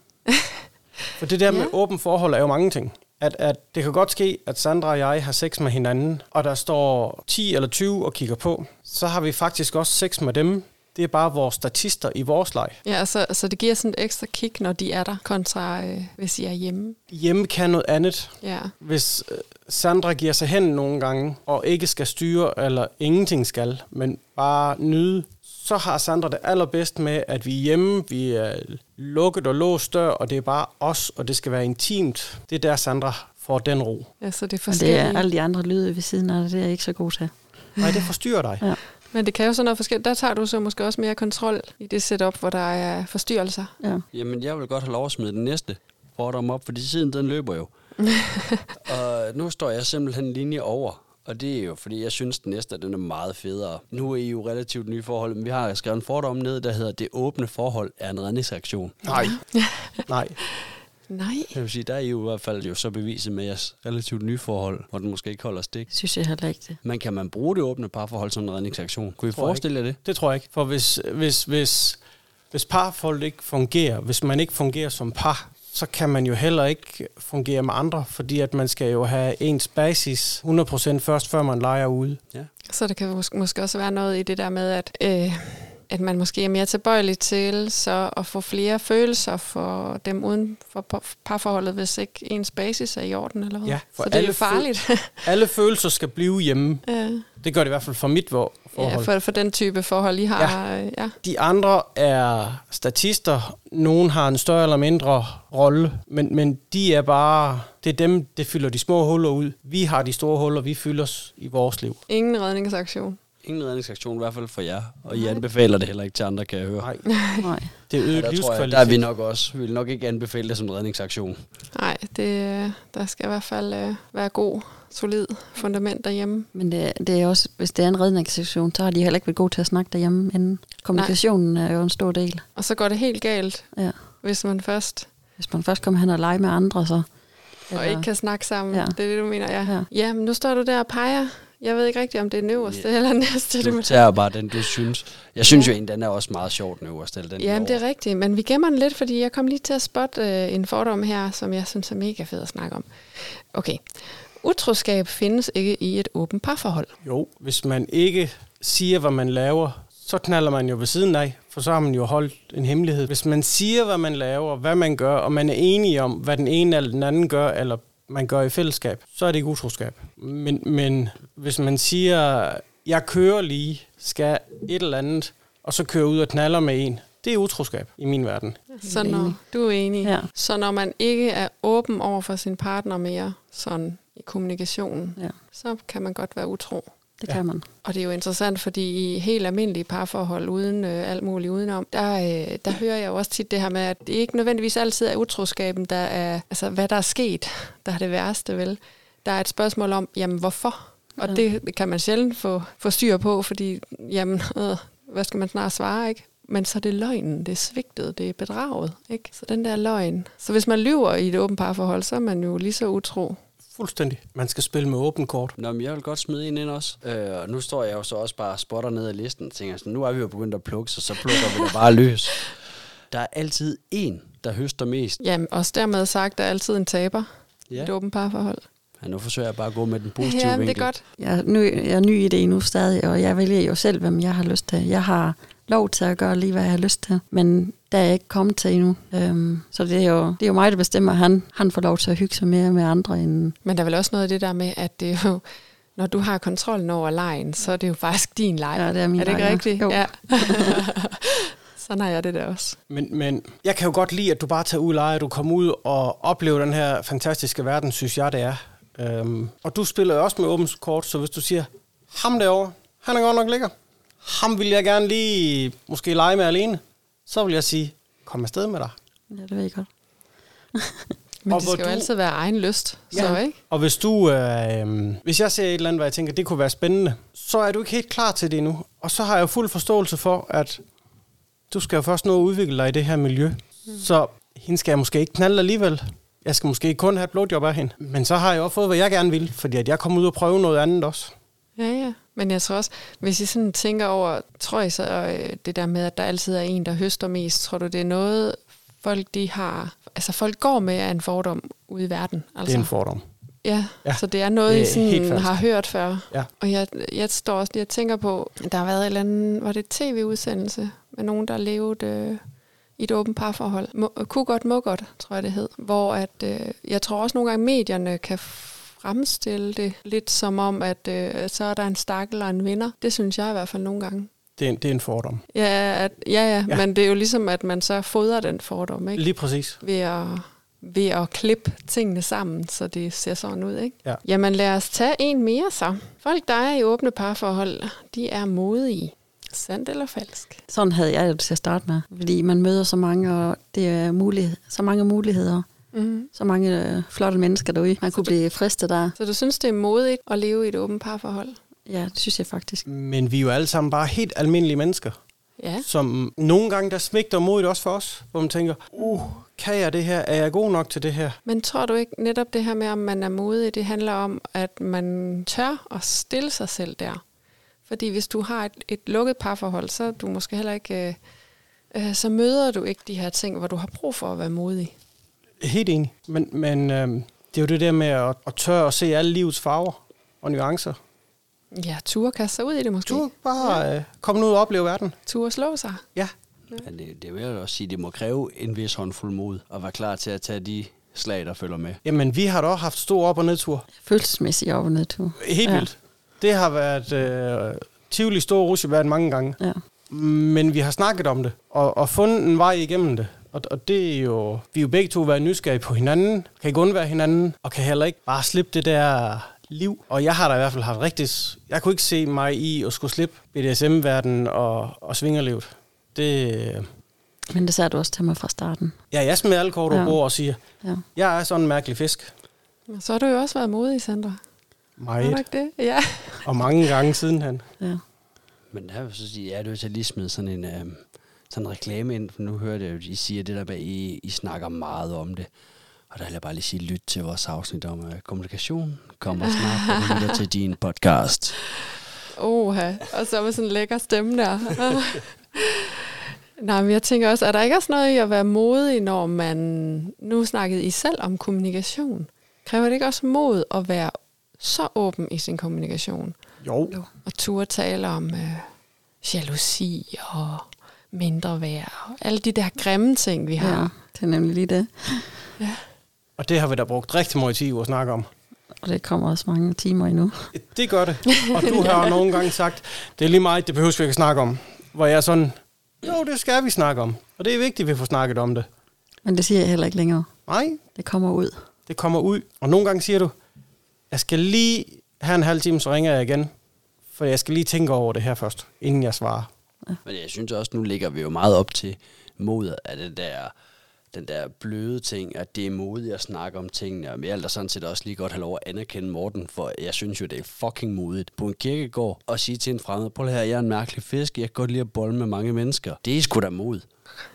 For det der med Ja. ja. åben forhold er jo mange ting. At, at det kan godt ske, at Sandra og jeg har sex med hinanden, og der står 10 eller 20 og kigger på. Så har vi faktisk også sex med dem. Det er bare vores statister i vores leg. Ja, så, så det giver sådan et ekstra kick, når de er der, kontra øh, hvis I er hjemme. Hjemme kan noget andet. Ja, Hvis øh, Sandra giver sig hen nogle gange, og ikke skal styre, eller ingenting skal, men bare nyde, så har Sandra det allerbedst med, at vi er hjemme, vi er lukket og låst dør, og det er bare os, og det skal være intimt. Det er der, Sandra får den ro. altså det er Og det forskelligt. er alle de andre lyde ved siden af, det det er jeg ikke så god til. Nej, det forstyrrer dig. Men det kan jo sådan noget forskelligt. Der tager du så måske også mere kontrol i det setup, hvor der er forstyrrelser. Ja. Jamen, jeg vil godt have lov at smide den næste fordom op, fordi siden den løber jo. og nu står jeg simpelthen en linje over. Og det er jo, fordi jeg synes, den næste den er meget federe. Nu er I jo relativt nye forhold, men vi har skrevet en fordom ned, der hedder, det åbne forhold er en redningsaktion. Nej. Nej. Nej. Jeg vil sige, der er I jo i hvert fald jo så beviset med jeres relativt nye forhold, hvor den måske ikke holder stik. Det synes jeg heller ikke det. Men kan man bruge det åbne parforhold som en redningsaktion? Kunne I Tror jeg forestille jer det? Det tror jeg ikke. For hvis, hvis, hvis, hvis parforholdet ikke fungerer, hvis man ikke fungerer som par, så kan man jo heller ikke fungere med andre, fordi at man skal jo have ens basis 100% først, før man leger ude. Så der kan mås- måske også være noget i det der med, at øh, at man måske er mere tilbøjelig til så at få flere følelser for dem uden for pa- parforholdet, hvis ikke ens basis er i orden, eller hvad? Ja, for så det er alle jo farligt. Alle følelser skal blive hjemme. ja, Det gør det i hvert fald for mit vor- forhold. ja for, for den type forhold, I har. Ja. ja. De andre er statister. Nogen har en større eller mindre rolle, men, men de er bare... Det er dem, der fylder de små huller ud. Vi har de store huller, vi fylder s- i vores liv. Ingen redningsaktion. Ingen redningsaktion, i hvert fald for jer. Og I anbefaler det heller ikke til andre, kan jeg høre. Nej, Nej. det er Ja, øget der, tror jeg, livskvalitet. der er vi nok også. Vi vil nok ikke anbefale det som redningsaktion. Nej, det, øh, der skal i hvert fald øh, være god, solid fundament derhjemme. Men det, det er også, hvis det er en redningssektion, så har de heller ikke været gode til at snakke derhjemme inden. Kommunikationen er jo en stor del. Og så går det helt galt, Ja. hvis man først Hvis man først kommer hen og leger med andre, så... og ikke kan snakke sammen. Ja. Altså- Ja. Det er det, du mener, ja. ja. Ja. Ja, men nu står du der og peger. Jeg ved ikke rigtigt, om det er den øverste yeah. eller den næste. Du Du, tager bare den, du synes. Jeg synes jo egentlig, den er også meget sjov, den øverste. eller Den Jamen, det derovre. er rigtigt, men vi gemmer den lidt, fordi jeg kom lige til at spotte øh, en fordom her, som jeg synes er mega fed at snakke om. Okay. Utroskab findes ikke i et åbent parforhold. Jo, hvis man ikke siger, hvad man laver, så knaller man jo ved siden af, for så har man jo holdt en hemmelighed. Hvis man siger, hvad man laver, hvad man gør, og man er enige om, hvad den ene eller den anden gør, eller man gør i fællesskab, så er det ikke utroskab. Men, men hvis man siger, jeg kører lige, skal et eller andet, og så kører ud og knaller med en, det er utroskab i min verden. Så Helt når enig. du er enig. Ja. Så når man ikke er åben over for sin partner mere sådan i kommunikationen, Ja. så kan man godt være utro. Det Ja. ja. kan man. Og det er jo interessant, fordi i helt almindelige parforhold, uden øh, alt muligt udenom, der, øh, der hører jeg jo også tit det her med, at det ikke nødvendigvis altid er utroskaben, der er, altså hvad der er sket, der er det værste, vel? Der er et spørgsmål om, jamen hvorfor? Og Ja. det kan man sjældent få, få styr på, fordi, jamen, øh, hvad skal man snart svare, ikke? Men så er det løgnen, det er svigtet, det er bedraget, ikke? Så den der løgn. Så hvis man lyver i et åbent parforhold, så er man jo lige så utro. Fuldstændig. Man skal spille med åben kort. Nå, men jeg vil godt smide en ind også. Øh, og nu står jeg jo så også bare og spotter ned ad listen og tænker sådan, nu er vi jo begyndt at plukke, så så plukker vi det bare løs. Der er altid en, der høster mest. Jamen, også dermed sagt, der er altid en taber i Ja. et åbent parforhold. ja nu forsøger jeg bare at gå med den positive Ja, vinkel. det er godt. Jeg er, ny, jeg er ny i det endnu stadig, og jeg vælger jo selv, hvem jeg har lyst til. Jeg har lov til at gøre lige, hvad jeg har lyst til, men der er jeg ikke kommet til endnu. Øhm, så det er, jo, det er jo mig, der bestemmer, han, han får lov til at hygge sig mere med andre end... Men der er vel også noget af det der med, at det er jo, når du har kontrollen over lejen, så er det jo faktisk din leg. Ja, det er min er det ikke leg, ja. rigtigt? Jo. Ja. Sådan har jeg det der også. Men, men jeg kan jo godt lide, at du bare tager ud og leger, at du kommer ud og oplever den her fantastiske verden, synes jeg, det er. Øhm, og du spiller jo også med åbent kort, så hvis du siger, ham derovre, han er godt nok lækker. Ham vil jeg gerne lige måske lege med alene. Så vil jeg sige, kom afsted med dig. Ja, det ved jeg godt. Men Og det hvor skal jo du- altid være egen lyst, ja. så ikke? Og hvis du, øh, øhm, hvis jeg ser et eller andet, hvad jeg tænker, det kunne være spændende, så er du ikke helt klar til det endnu. Og så har jeg jo fuld forståelse for, at du skal jo først nå at udvikle dig i det her miljø. Mm. Så hende skal jeg måske ikke knalde alligevel. Jeg skal måske kun have et blowjob af hende. Men så har jeg også fået, hvad jeg gerne vil, fordi at jeg kom ud og prøve noget andet også. Ja, ja. Men jeg tror også, hvis I sådan tænker over, tror I så øh, det der med, at der altid er en, der høster mest, tror du, det er noget, folk de har... Altså folk går med af en fordom ude i verden. Altså. Altså. Det er en fordom. Ja, ja, Ja, så det er noget, det I er helt sådan fast. har hørt før. Ja. Og jeg, jeg står også lige og tænker på, der har været et eller andet, var det et tv-udsendelse med nogen, der levede øh, i et åbent parforhold. Må, kunne godt, må godt, tror jeg det hed. Hvor at, øh, jeg tror også nogle gange, medierne kan fremstille det lidt som om, at øh, så er der en stakkel og en vinder. Det synes jeg i hvert fald nogle gange. Det er, en- det er en fordom. Ja, at, ja, ja, ja, Ja. men det er jo ligesom, at man så fodrer den fordom, ikke? Lige præcis. ved at, ved at klippe tingene sammen, så det ser sådan ud, ikke? Ja. Jamen lad os tage en mere så. Folk, der er i åbne parforhold, de er modige. Sandt eller falsk? Sådan havde jeg det til at starte med, fordi man møder så mange, og det er mulighed, så mange muligheder, Mm-hmm. så mange øh, flotte mennesker derude. Man kunne blive fristet der. Så du synes, det er modigt at leve i et åbent parforhold? Ja, det synes jeg faktisk. Men vi er jo alle sammen bare helt almindelige mennesker. Ja. som nogle gange, der svigter modet også for os, hvor man tænker, uh, kan jeg det her? Er jeg god nok til det her? Men tror du ikke netop det her med, om man er modig, det handler om, at man tør at stille sig selv der? Fordi hvis du har et, et lukket parforhold, så er du måske heller ikke... Øh, øh, så møder du ikke de her ting, hvor du har brug for at være modig. Helt enig. Men, men øhm, det er jo det der med at, at tør at se alle livets farver og nuancer. Ja, ture kaste sig ud i det måske. Du bare ja. øh, komme ud og opleve verden. Ture slå sig. Ja. Men det, det vil jeg også sige, det må kræve en vis håndfuld mod at være klar til at tage de slag, der følger med. Jamen, vi har da også haft stor op- og nedtur. Følelsesmæssigt op- og nedtur. Helt Ja. vildt. Det har været øh, Tivoli Store Rusjebaden mange gange. Ja. Men vi har snakket om det, og, og fundet en vej igennem det. Og, og det er jo, vi er jo begge to været nysgerrige på hinanden, kan ikke undvære hinanden, og kan heller ikke bare slippe det der liv. Og jeg har da i hvert fald haft rigtigt, jeg kunne ikke se mig i at skulle slippe BDSM-verdenen og, og svingerlivet. Det, Men det sagde du også til mig fra starten. ja, jeg smider alle kort over Ja. bord og siger, Ja. jeg er sådan en mærkelig fisk. Men Så har du jo også været modig, Sandra. Har du Meget, ikke det? Ja. og mange gange sidenhen. ja. Men der vil jeg så sige, jeg er nødt til at lige smide sådan en, øh, sådan en reklame ind, for nu hørte jeg, at I siger det der med, at I, I snakker meget om det. Og der vil jeg bare lige sige, lyt til vores afsnit om øh, kommunikation. Kom og snak, og lytter til din podcast. Oha. Og så med sådan en lækker stemme der. Nej, men jeg tænker også, er der ikke også noget i at være modig, når man... Nu snakkede I selv om kommunikation. Kræver det ikke også mod at være så åben i sin kommunikation? Jo, Og turde tale om øh, jalousi og mindre værd. Og alle de der grimme ting, vi har. ja, det er nemlig lige det. og det har vi da brugt rigtig meget tid på at snakke om. Og det kommer også mange timer endnu. Det gør det. Og du har nogle gange sagt, det er lige meget, det behøver vi ikke at snakke om. Hvor jeg er sådan, jo, det skal vi snakke om. Og det er vigtigt, at vi får snakket om det. Men det siger jeg heller ikke længere. Nej, Det kommer ud. det kommer ud. Og nogle gange siger du, jeg skal lige have en halv time, så ringer jeg igen. For jeg skal lige tænke over det her først, inden jeg svarer. Men jeg synes også, nu ligger vi jo meget op til modet af den der, den der bløde ting, at det er modigt at snakke om tingene. Og jeg vil da sådan set også lige godt have lov at anerkende Morten, for jeg synes jo, det er fucking modigt på en kirkegård at sige til en fremmed, prøv lige her, jeg er en mærkelig fisk, jeg kan godt lide at bolle med mange mennesker. Det er sgu da mod.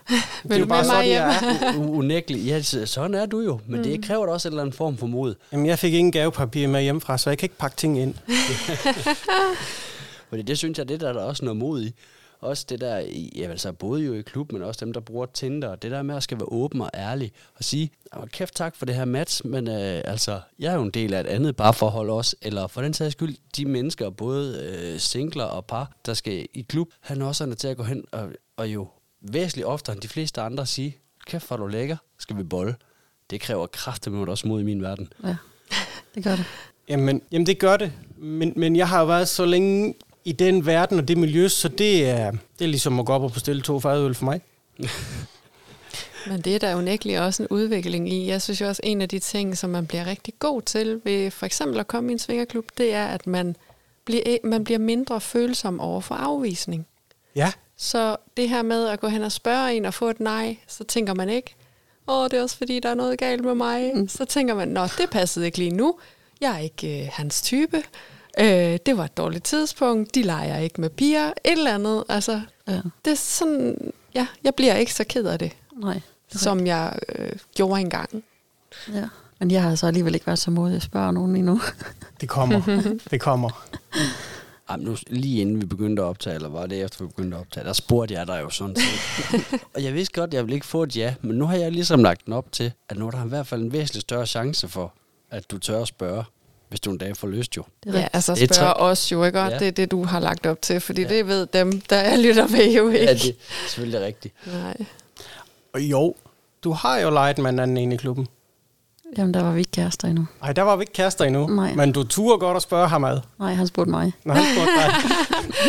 Vil det er jo du bare med mig sådan, hjem? jeg er. U- Unægteligt. Ja, så- sådan er du jo, men mm. det kræver da også en eller anden form for mod. Jamen, jeg fik ingen gavepapir med hjemmefra, så jeg kan ikke pakke ting ind. Fordi det synes jeg, det der er der også noget mod i. Også det der, i- ja, altså både jo i klub, men også dem, der bruger Tinder. og Det der med at skal være åben og ærlig og sige, "Åh, kæft tak for det her match, men øh, altså, jeg er jo en del af et andet parforhold også. Eller for den sags skyld, de mennesker, både øh, singler og par, der skal i klub, han også er til at gå hen og, og jo væsentligt oftere end de fleste andre sige, kæft hvor er du lækker, skal vi bolle. Det kræver kraftedeme også mod i min verden. Ja, det gør det. Jamen, jamen det gør det. Men, men jeg har jo været så længe i den verden og det miljø, så det er, det er ligesom at gå op og bestille to fadøl for mig. Men det er der unægteligt også en udvikling i. Jeg synes jo også, en af de ting, som man bliver rigtig god til ved for eksempel at komme i en svingerklub, det er, at man bliver, man bliver mindre følsom over for afvisning. Ja. Så det her med at gå hen og spørge en og få et nej, så tænker man ikke, åh, det er også fordi, der er noget galt med mig. Mm. Så tænker man, nå, det passede ikke lige nu. Jeg er ikke øh, hans type. Øh, det var et dårligt tidspunkt. De leger ikke med piger. Et eller andet. Altså, Ja. det er sådan, ja, jeg bliver ikke så ked af det Nej. det er som jeg øh, gjorde engang. rigtigt. Ja. Men jeg har så alligevel ikke været så modig at spørge nogen endnu. Det kommer. det kommer. Jamen, nu, lige inden vi begyndte at optage, eller var det efter vi begyndte at optage, der spurgte jeg dig jo sådan set. og jeg vidste godt, at jeg ville ikke få et ja, men nu har jeg ligesom lagt den op til, at nu er der i hvert fald en væsentlig større chance for, at du tør at spørge, hvis du en dag får lyst jo. Det er Ja, rigtigt. altså Det er spørger tak. os jo, ikke? Og Ja. Det er det, du har lagt op til, fordi ja. det ved dem, der er lytter med jo ikke. Ja, det er selvfølgelig rigtigt. Nej. Og jo, du har jo leget med en anden en i klubben. Jamen, der var vi ikke kærester endnu. Ej, der var vi ikke kærester endnu. Nej. Men du turde godt at spørge ham ad. Nej, han spurgte mig. Når han spurgte dig.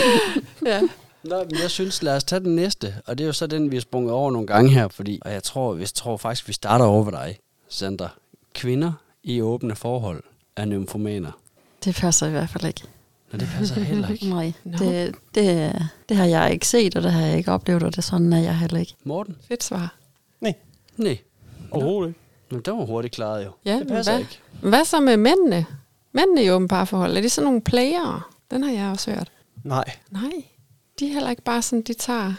Ja. Nå, men jeg synes, lad os tage den næste, og det er jo så den, vi har sprunget over nogle gange her, fordi, og jeg tror, jeg tror faktisk, vi starter over ved dig, Sandra. Kvinder i åbne forhold er nymfomaner. Det passer i hvert fald ikke. Nå, det passer heller ikke. Nej, Nå. det, det, det har jeg ikke set, og det har jeg ikke oplevet, og det er sådan, at jeg heller ikke. Morten? Fedt svar. Nej, Nej. overhovedet ikke. Men det var hurtigt klaret jo. Ja, det passer hvad? ikke. Hvad så med mændene? Mændene i åbent parforhold, er de sådan nogle playere? Den har jeg også hørt. Nej, Nej, de er heller ikke bare sådan, de tager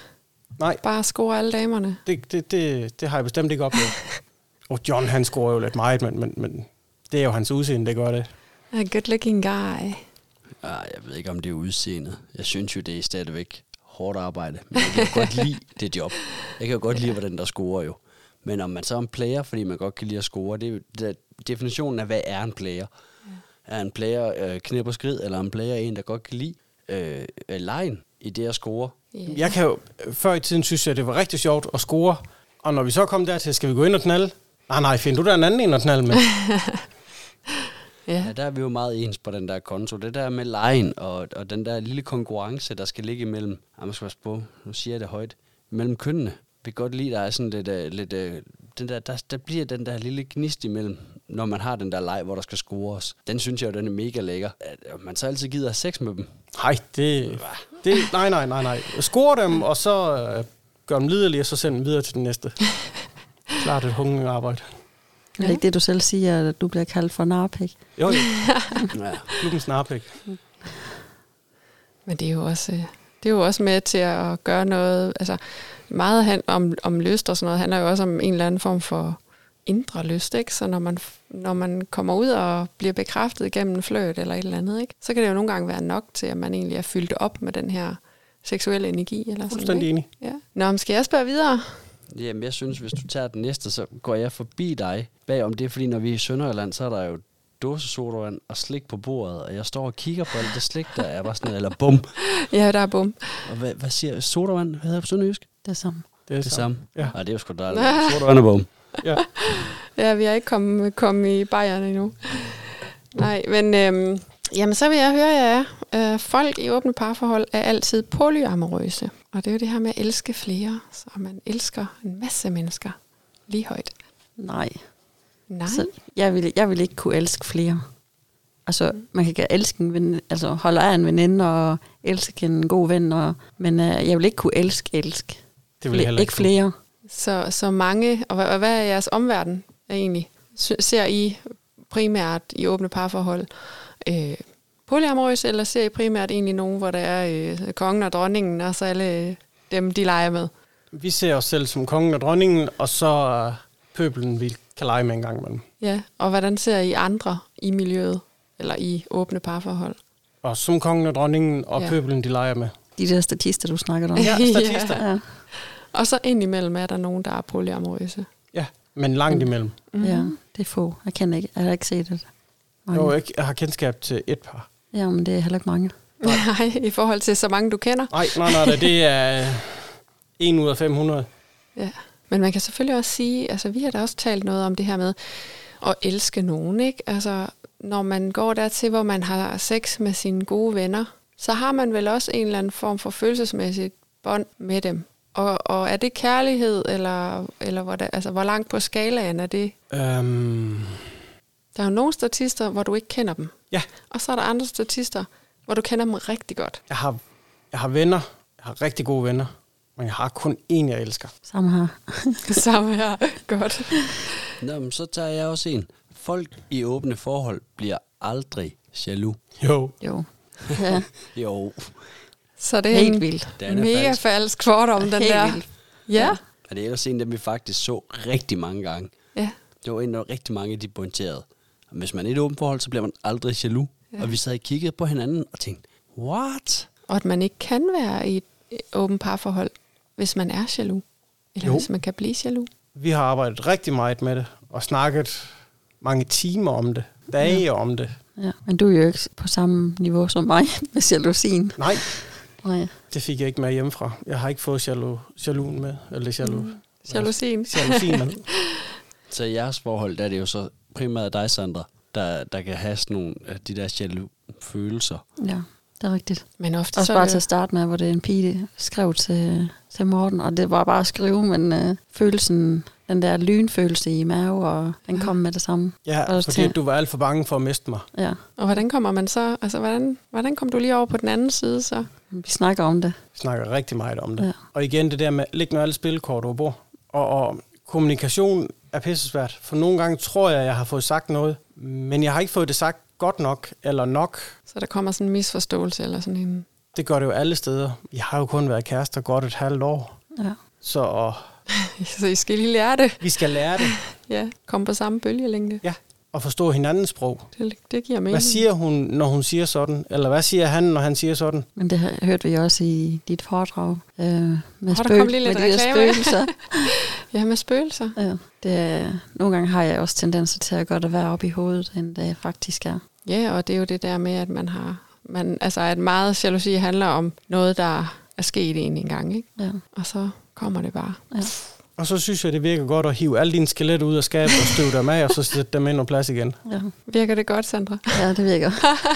nej. bare og scorer alle damerne. Det, det, det, det har jeg bestemt ikke oplevet. Og John, han scorer jo lidt meget, men, men, men det er jo hans udseende, det gør det. A good looking guy. Ah, jeg ved ikke, om det er udseendet. Jeg synes jo, det er stadigvæk hårdt arbejde. Men jeg kan jo godt lide det job. Jeg kan jo godt lide, hvordan der scorer jo. Men om man så er en player, fordi man godt kan lide at score, det er jo det er definitionen af, hvad er en player. Er en player øh, knip og skrid, eller en player en, der godt kan lide øh, øh, lejen i det at score? Yeah. Jeg kan jo, før i tiden synes jeg, det var rigtig sjovt at score. Og når vi så kom dertil, skal vi gå ind og knalde? Nej, nej, find du der en anden en at knalde med? Ja, Ja. der er vi jo meget ens på den der konto. Det der med lejen og, og den der lille konkurrence, der skal ligge imellem, ah, man skal passe på, nu siger jeg det højt, mellem kønnene. Jeg kan godt lide, der er sådan lidt, uh, lidt uh, den der, der, der bliver den der lille gnist imellem, når man har den der leg, hvor der skal scores. Den synes jeg jo, den er mega lækker. At at man så altid gider have sex med dem. Nej, det, det... Nej, nej, nej, nej. Score dem, og så øh, gør dem liderlige, og så send dem videre til den næste. Klart et hungrende arbejde. Er det ikke det, du selv siger, at du bliver kaldt for narpik? Jo, jo, Ja. klubben snarpæk. Men det er jo også... øh, Det er jo også med til at gøre noget, altså meget han, om, om lyst og sådan noget, handler jo også om en eller anden form for indre lyst, ikke? Så når man, når man kommer ud og bliver bekræftet gennem en fløjt eller et eller andet, ikke? Så kan det jo nogle gange være nok til, at man egentlig er fyldt op med den her seksuelle energi eller sådan Fuldstændig ikke? enig. Ja. Nå, men skal jeg spørge videre? Jamen, jeg synes, hvis du tager den næste, så går jeg forbi dig bagom det, er, fordi når vi er i Sønderjylland, så er der jo dåsesodavand og slik på bordet, og jeg står og kigger på alt det slik, der er bare sådan, eller bum, Ja, der er bum. Og hvad, hvad siger sodavand? Hvad hedder det på sønderjysk? Det er samme. Det er Det samme. Ja. Ja. Nej, det er jo sgu dejligt. Sodavand og bum. Ja. Ja, vi er ikke kommet, kommet i Bayern endnu. Nej, men øhm, jamen, så vil jeg høre jer. Øh, folk i åbne parforhold er altid polyamorøse. Og det er jo det her med at elske flere. Så man elsker en masse mennesker lige højt. Nej. Nej, Så jeg vil, jeg vil ikke kunne elske flere. Altså, man kan gerne elske en ven, altså holde af en veninde og elske en god ven, og, men øh, jeg vil ikke kunne elske, elske. Det vil jeg heller ikke ikke. flere. så, så mange. Og, hvad- og hvad er jeres omverden egentlig? Sy- Ser I primært i åbne parforhold øh, polyamorøse, eller ser I primært egentlig nogen, hvor der er øh, kongen og dronningen, og så alle øh, dem, de leger med? Vi ser os selv som kongen og dronningen, og så øh, pøbelen, vi kan lege med en gang imellem. Ja, og hvordan ser I andre i miljøet, eller i åbne parforhold? Og som kongen og dronningen, og Ja. ja. pøbelen, de leger med. De der statister, du snakker om. Ja, statister. Ja. Og så indimellem er der nogen, der er polyamorøse. Ja, men langt imellem. Mm-hmm. ja, det er få. Jeg kan ikke, jeg har ikke set det. Jeg, har jo ikke, jeg har kendskab til et par. Ja, men det er heller ikke mange. Nej, i forhold til så mange, du kender. Nej, nej, nej, nej, det er 1 ud af 500. Ja. Men man kan selvfølgelig også sige, altså vi har da også talt noget om det her med at elske nogen, ikke? Altså når man går dertil, hvor man har sex med sine gode venner, så har man vel også en eller anden form for følelsesmæssigt bånd med dem. Og, og er det kærlighed, eller, eller hvor, der, altså, hvor langt på skalaen er det? Øhm, Der er jo nogle statister, hvor du ikke kender dem. ja, Og så er der andre statister, hvor du kender dem rigtig godt. jeg har, jeg har venner. Jeg har rigtig gode venner. Men jeg har kun én, jeg elsker. Samme her. Samme her. Godt. Nå, men så tager jeg også en. Folk i åbne forhold bliver aldrig jaloux. Jo. Jo. Ja, Jo, Så det er helt en vildt. den er mega falsk. falsk fordom, den Helt der. vildt. Ja. Og det er ellers en, dem vi faktisk så rigtig mange gange. ja. Det var en, der rigtig mange, de pointerede. Og hvis man er i et åbent forhold, så bliver man aldrig jaloux. Ja. Og vi sad og kiggede på hinanden og tænkte, what? Og at man ikke kan være i et øh, åbent parforhold, hvis man er jaloux. Eller jo. Jo. hvis man kan blive jaloux. Vi har arbejdet rigtig meget med det, og snakket mange timer om det. Dage om det. Ja, men du er jo ikke på samme niveau som mig med jalousien. Nej, Nej. det fik jeg ikke med hjemmefra. Jeg har ikke fået jalo, jaloen med. Eller jalo, mm. Jalousien. jalousien med. Så i jeres forhold, der er det jo så primært dig, Sandra, der, der kan have sådan nogle af de der jaloux følelser. Ja, det er rigtigt. Men ofte Også så er bare det til jo- at starte med, hvor det er en pige, der skrev til, til Morten, og det var bare at skrive, men øh, følelsen, den der lynfølelse i mave, og den kom med det samme. Ja, Også fordi til- du var alt for bange for at miste mig. Ja, Og hvordan kommer man så? Altså, hvordan, hvordan kom du lige over på den anden side så? vi snakker om det. Vi snakker rigtig meget om det. Ja. Ja. Og igen det der med, læg nu alle spillekort over bord. Og, og kommunikation er pissesvært, for nogle gange tror jeg, jeg har fået sagt noget, men jeg har ikke fået det sagt godt nok, eller nok. Så der kommer sådan en misforståelse eller sådan en... Det gør det jo alle steder. Jeg har jo kun været kærester godt et halvt år, Ja. så og, Så I skal lige lære det. vi skal lære det Ja, kom på samme bølgelængde. og forstå hinandens sprog. Det, det giver mening. Hvad siger hun, når hun siger sådan? Eller hvad siger han, når han siger sådan? Men det har- hørte vi også i dit foredrag øh, med, kom spøg- lige med lidt de der reklame. spøgelser. Ja, med spøgelser. Ja. Det, er- nogle gange har jeg også tendenser til at gøre det værre op i hovedet, end det faktisk er. Ja, og det er jo det der med, at man har... Man, altså, at meget jalousi handler om noget, der er sket en engang, ikke? Ja. Og så kommer det bare. Og så synes jeg, det virker godt at hive alle dine skeletter ud af skabet og støve dem af, og så sætte dem ind på plads igen. Ja. Virker det godt, Sandra? ja, det virker.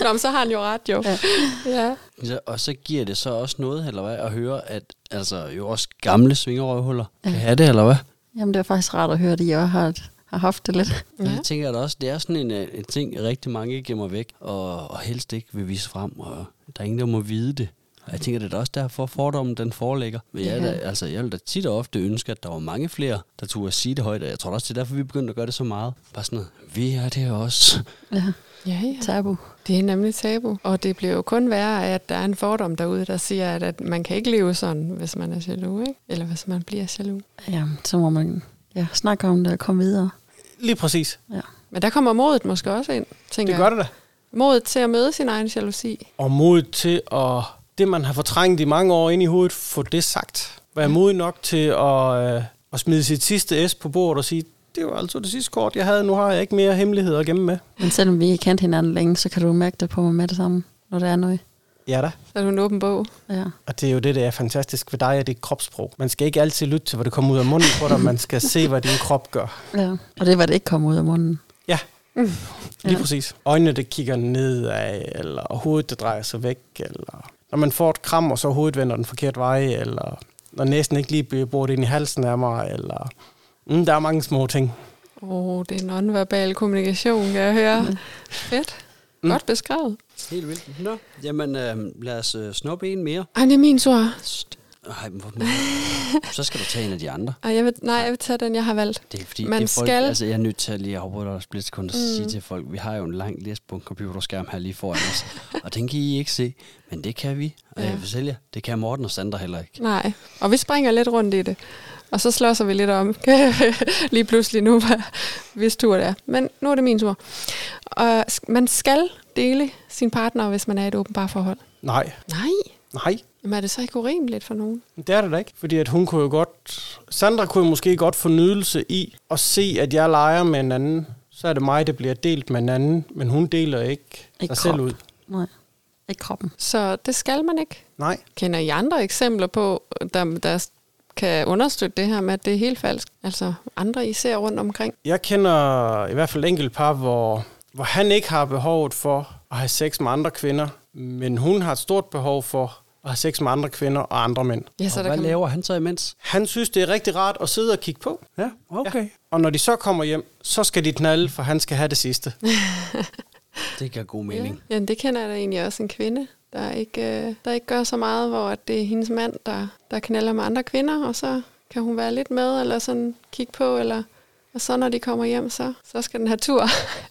Nå, men så har han jo ret, jo. Ja. ja. Ja, og så giver det så også noget, eller hvad, at høre, at altså, jo også gamle svingerøvhuller kan have det, eller hvad? Jamen, det var faktisk rart at høre, at I også har, har haft det lidt. Ja. ja. Det tænker jeg da også. Det er sådan en, øh, en ting, rigtig mange gemmer væk, og, og helst ikke vil vise frem, og der er ingen, der må vide det. Og jeg tænker, det er da også derfor, fordommen den foreligger. Men jeg, ja. Ja. da, altså, jeg vil da tit og ofte ønske, at der var mange flere, der turde sige det højt. Og jeg tror da også, det er derfor, vi begyndte at gøre det så meget. Bare sådan noget, vi er det også. Ja. Ja, ja. Tabu. Det er nemlig tabu. Og det bliver jo kun værre, af, at der er en fordom derude, der siger, at, at man kan ikke leve sådan, hvis man er jaloux, ikke? Eller hvis man bliver jaloux. Ja, så må man ja, snakke om det og komme videre. Lige præcis. Men der kommer modet måske også ind, tænker Det gør jeg. det da. Modet til at møde sin egen jalousi. Og mod til at, det man har fortrængt i mange år ind i hovedet, få det sagt. Være modig nok til at, øh, at smide sit sidste S på bordet og sige, det var altså det sidste kort, jeg havde. Nu har jeg ikke mere hemmeligheder at gemme med. Men selvom vi ikke kendte hinanden længe, så kan du mærke det på mig med det samme, når der er noget. Ja da. Så er du en åben bog. Ja. Og det er jo det, der er fantastisk ved dig, at det er kropssprog. Man skal ikke altid lytte til, hvad der kommer ud af munden på dig. Man skal se, hvad din krop gør. ja. Og det var det ikke kom ud af munden. Ja, lige Mm. Ja. præcis. Øjnene, der kigger nedad, eller hovedet, der drejer sig væk, eller når man får et kram, og så hovedet vender den forkerte vej, eller når næsten ikke lige bliver brugt ind i halsen af mig, eller... Mm, der er mange små ting. Åh, oh, det er nonverbal kommunikation, kan jeg høre. Fedt. Mm. Godt beskrevet. Helt vildt. Nå. Jamen, øh, lad os øh, snuppe en mere. Ej, det er min tur. Sst. Ej, men hvor så skal du tage en af de andre. Ej, jeg vil, nej, jeg vil tage den, jeg har valgt. Det er fordi, Man det er folk, skal- altså jeg er nødt til at lige afbryde dig lidt sekund og mm. Mm. sige til folk, vi har jo en lang liste på en computerskærm her lige foran os, og den kan I ikke se, men det kan vi, og ja. Ja. Mm, jeg fortæller jer, det kan Morten og Sandra heller ikke. Nej, og vi springer lidt rundt i det. Og så slåser vi lidt om, lige pludselig nu, hvad- hvis tur det er. Men nu er det min tur. Og s- man skal dele sin partner, hvis man er i et åbenbart forhold. Nej, Nej, nej, men er det så ikke urimeligt for nogen? det er det da ikke. Fordi at hun kunne jo godt... Sandra kunne jo måske godt få nydelse i at se, at jeg leger med en anden. Så er det mig, der bliver delt med en anden, men hun deler ikke, Ikke sig selv krop. ud. Nej. Ikke kroppen. Så det skal man ikke. Nej, Kender I andre eksempler på, der, der kan understøtte det her med, at det er helt falsk? Altså andre, I ser rundt omkring. Jeg kender i hvert fald enkelt par, hvor, hvor han ikke har behovet for at have sex med andre kvinder, men hun har et stort behov for at have sex med andre kvinder og andre mænd. Ja, Så og hvad man- laver han så imens? Han synes, det er rigtig rart at sidde og kigge på. Ja, okay. Ja. Og når de så kommer hjem, så skal de knalde, for han skal have det sidste. Det giver god mening. Ja. Ja. Jamen, det kender jeg da egentlig også en kvinde, der ikke, øh, der ikke gør så meget, hvor at det er hendes mand, der, der knaller med andre kvinder, og så kan hun være lidt med, eller sådan kigge på, eller... Og så når de kommer hjem, så, så skal den have tur.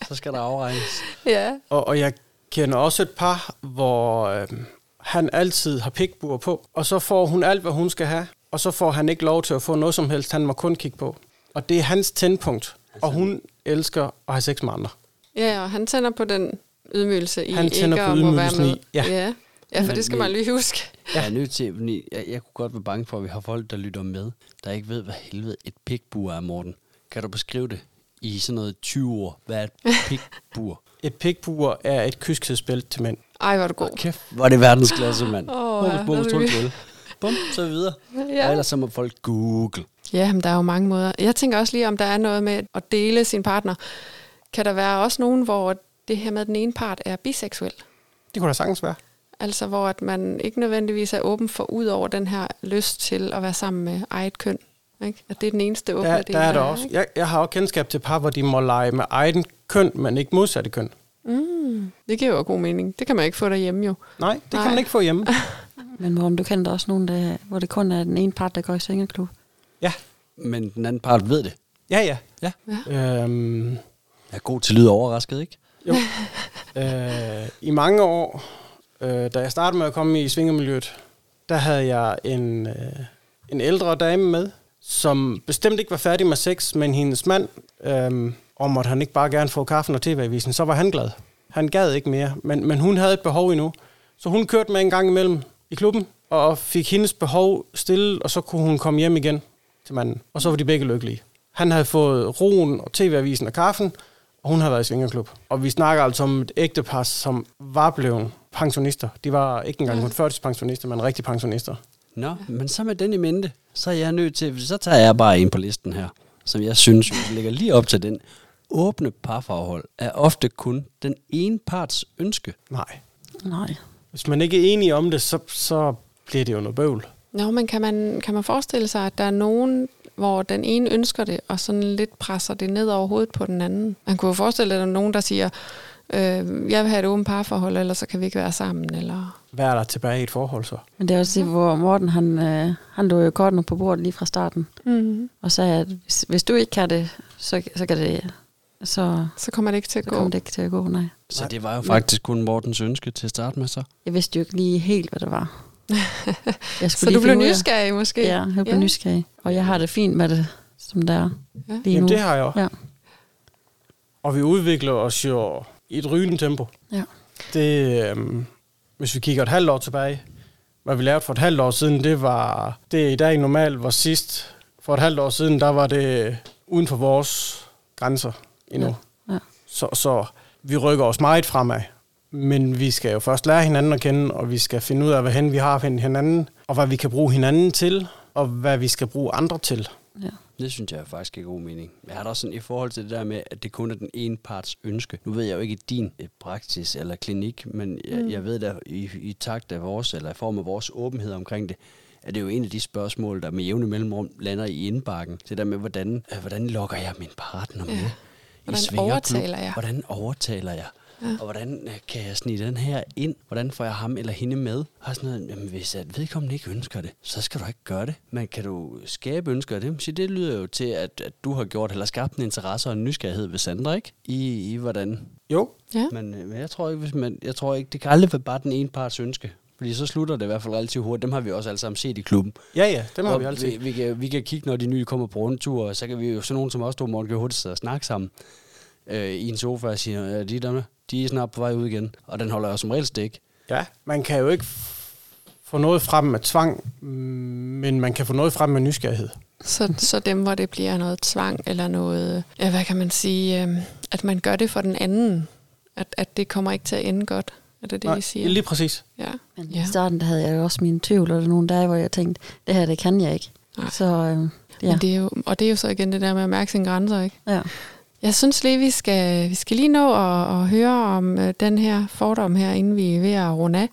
Så skal der afregnes. ja. Og, og jeg kender også et par, hvor øh, han altid har pikbur på, og så får hun alt, hvad hun skal have, og så får han ikke lov til at få noget som helst, han må kun kigge på. Og det er hans tændpunkt, og hun elsker at have sex med andre. ja, og han tænder på den ydmygelse i Han tænder ikke på at må være ydmygelsen med. i, ja. ja. ja, for Men det skal vi- man lige huske. Ja. Jeg er nødt til, fordi jeg, jeg kunne godt være bange for, at vi har folk, der lytter med, der ikke ved, hvad helvede et pikbur er, Morten. Kan du beskrive det i sådan noget 20 år? Hvad er et pikbur? Et pikbur er et kyskhedsbælte til mænd. Ej, hvor er du god. Kæft, var det verdensklasse, mand. Åh, Hokus ja, pokus, der tul, skal tul. Bum, så er vi videre. Ja. Og Ja. ellers så må folk google. ja, men der er jo mange måder. Jeg tænker også lige, om der er noget med at dele sin partner. Kan der være også nogen, hvor det her med, at den ene part er biseksuel? Det kunne da sagtens være. Altså hvor at man ikke nødvendigvis er åben for ud over den her lyst til at være sammen med eget køn. Ikke? At det er den eneste åbne Der, del. der er der er, også. ikke? Jeg, jeg har også kendskab til par, hvor de må lege med egen køn, men ikke modsatte køn. Mm, det giver jo god mening. Det kan man ikke få derhjemme jo. Nej, det Nej. Nej. kan man ikke få hjemme. Men Morten, du kender også nogen, der, hvor det kun er den ene part, der går i svingerklub. Ja, Men den anden part ved det. ja, ja. Ja. Øhm, Jeg er god til lyd overrasket, ikke? øh, I mange år, øh, da jeg startede med at komme i svingermiljøet, der havde jeg en, øh, en ældre dame med, som bestemt ikke var færdig med sex, men hendes mand, øh, og måtte han ikke bare gerne få kaffen og tv-avisen, så var han glad. Han gad ikke mere, men, men hun havde et behov endnu. Så hun kørte med en gang imellem i klubben, og fik hendes behov stillet, og så kunne hun komme hjem igen. til manden. Og så var de begge lykkelige. Han havde fået roen og tv-avisen og kaffen, og hun havde været i svingerklub. Og vi snakker altså om et ægtepar, som var blevet pensionister. De var ikke engang Ja. kun førtidspensionister, men rigtig pensionister. Nå, men så med den i mente, så er jeg nødt til, så tager jeg bare en på listen her, som jeg synes ligger lige op til den. Åbne parforhold er ofte kun den ene parts ønske. Nej. Nej. Hvis man ikke er enige om det, så, så bliver det jo noget bøvl. Nå, men kan man, kan man forestille sig, at der er nogen, hvor den ene ønsker det, og sådan lidt presser det ned over hovedet på den anden? Man kunne jo forestille sig, at der er nogen, der siger, øh, jeg vil have et åbent parforhold, ellers så kan vi ikke være sammen, eller... Hvad er der tilbage i et forhold så? Men det er også det, hvor Morten, han, øh, han lå jo kortene på bordet lige fra starten, Mm-hmm. og sagde, at hvis, hvis du ikke kan det, så, så kan det, så, Så kommer det ikke til at så gå. kommer det ikke til at gå, nej. Så det var jo faktisk kun Mortens ønske til at starte med så. Jeg vidste jo ikke lige helt, hvad det var. Jeg Så du blev finde ud af- nysgerrig måske? Ja, jeg blev Ja. ja. nysgerrig. Og jeg har det fint med det, som det er Ja. lige nu. Jamen, det har jeg også. Ja. Og vi udvikler os jo i et rygende tempo. Ja. Det, øhm, hvis vi kigger et halvt år tilbage, hvad vi lavede for et halvt år siden, det var det i dag normalt var sidst. For et halvt år siden, der var det uden for vores grænser endnu. Ja, ja. Så, så vi rykker os meget fremad. Men vi skal jo først lære hinanden at kende, og vi skal finde ud af, hvad hen vi har hen hinanden, og hvad vi kan bruge hinanden til, og hvad vi skal bruge andre til. Ja. Det synes jeg faktisk er god mening. Jeg har da også sådan i forhold til det der med, at det kun er den ene parts ønske. Nu ved jeg jo ikke i din øh, praksis eller klinik, men jeg, mm. jeg ved da i, i takt af vores, eller i form af vores åbenhed omkring det, at det er jo en af de spørgsmål, der med jævne mellemrum lander i indbakken. Det der med, hvordan, øh, hvordan lokker jeg min partner med? Ja. Hvordan overtaler jeg? Hvordan overtaler jeg? Ja. Og hvordan øh, kan jeg snige den her ind? Hvordan får jeg ham eller hende med? Og sådan noget, jamen, hvis at vedkommende ikke ønsker det, så skal du ikke gøre det. Men kan du skabe ønsker af dem? Så det lyder jo til, at, at du har gjort eller skabt en interesse og en nysgerrighed ved Sandra, ikke? I, i hvordan? Jo, Ja. Men, øh, men jeg tror ikke, hvis man, jeg tror ikke, det kan aldrig være bare den ene parts ønske. Fordi så slutter det i hvert fald relativt hurtigt. Dem har vi også alle sammen set i klubben. ja, ja, dem har Og vi altid. Vi, vi, kan, vi kan kigge, når de nye kommer på rundtur, og så kan vi jo sådan nogen som os to, Morten, kan hurtigt sidde og snakke sammen øh, i en sofa og sige, ja, de der med, de er snart på vej ud igen. Og den holder jeg som regel stik. Ja, man kan jo ikke f- få noget frem med tvang, mm, men man kan få noget frem med nysgerrighed. Så, så dem, hvor det bliver noget tvang eller noget, ja, hvad kan man sige, øhm, at man gør det for den anden, at, at det kommer ikke til at ende godt. Er det det, Nej, I siger? Lige præcis. Ja. Men Ja. i starten der havde jeg jo også mine tvivl, og der er nogle dage, hvor jeg tænkte, det her, det kan jeg ikke. Nej. Så øh, Ja. ja. Men det er jo, og det er jo så igen det der med at mærke sine grænser, ikke? ja. Jeg synes lige, vi skal, vi skal lige nå at, at høre om øh, den her fordom her, inden vi er ved at runde af.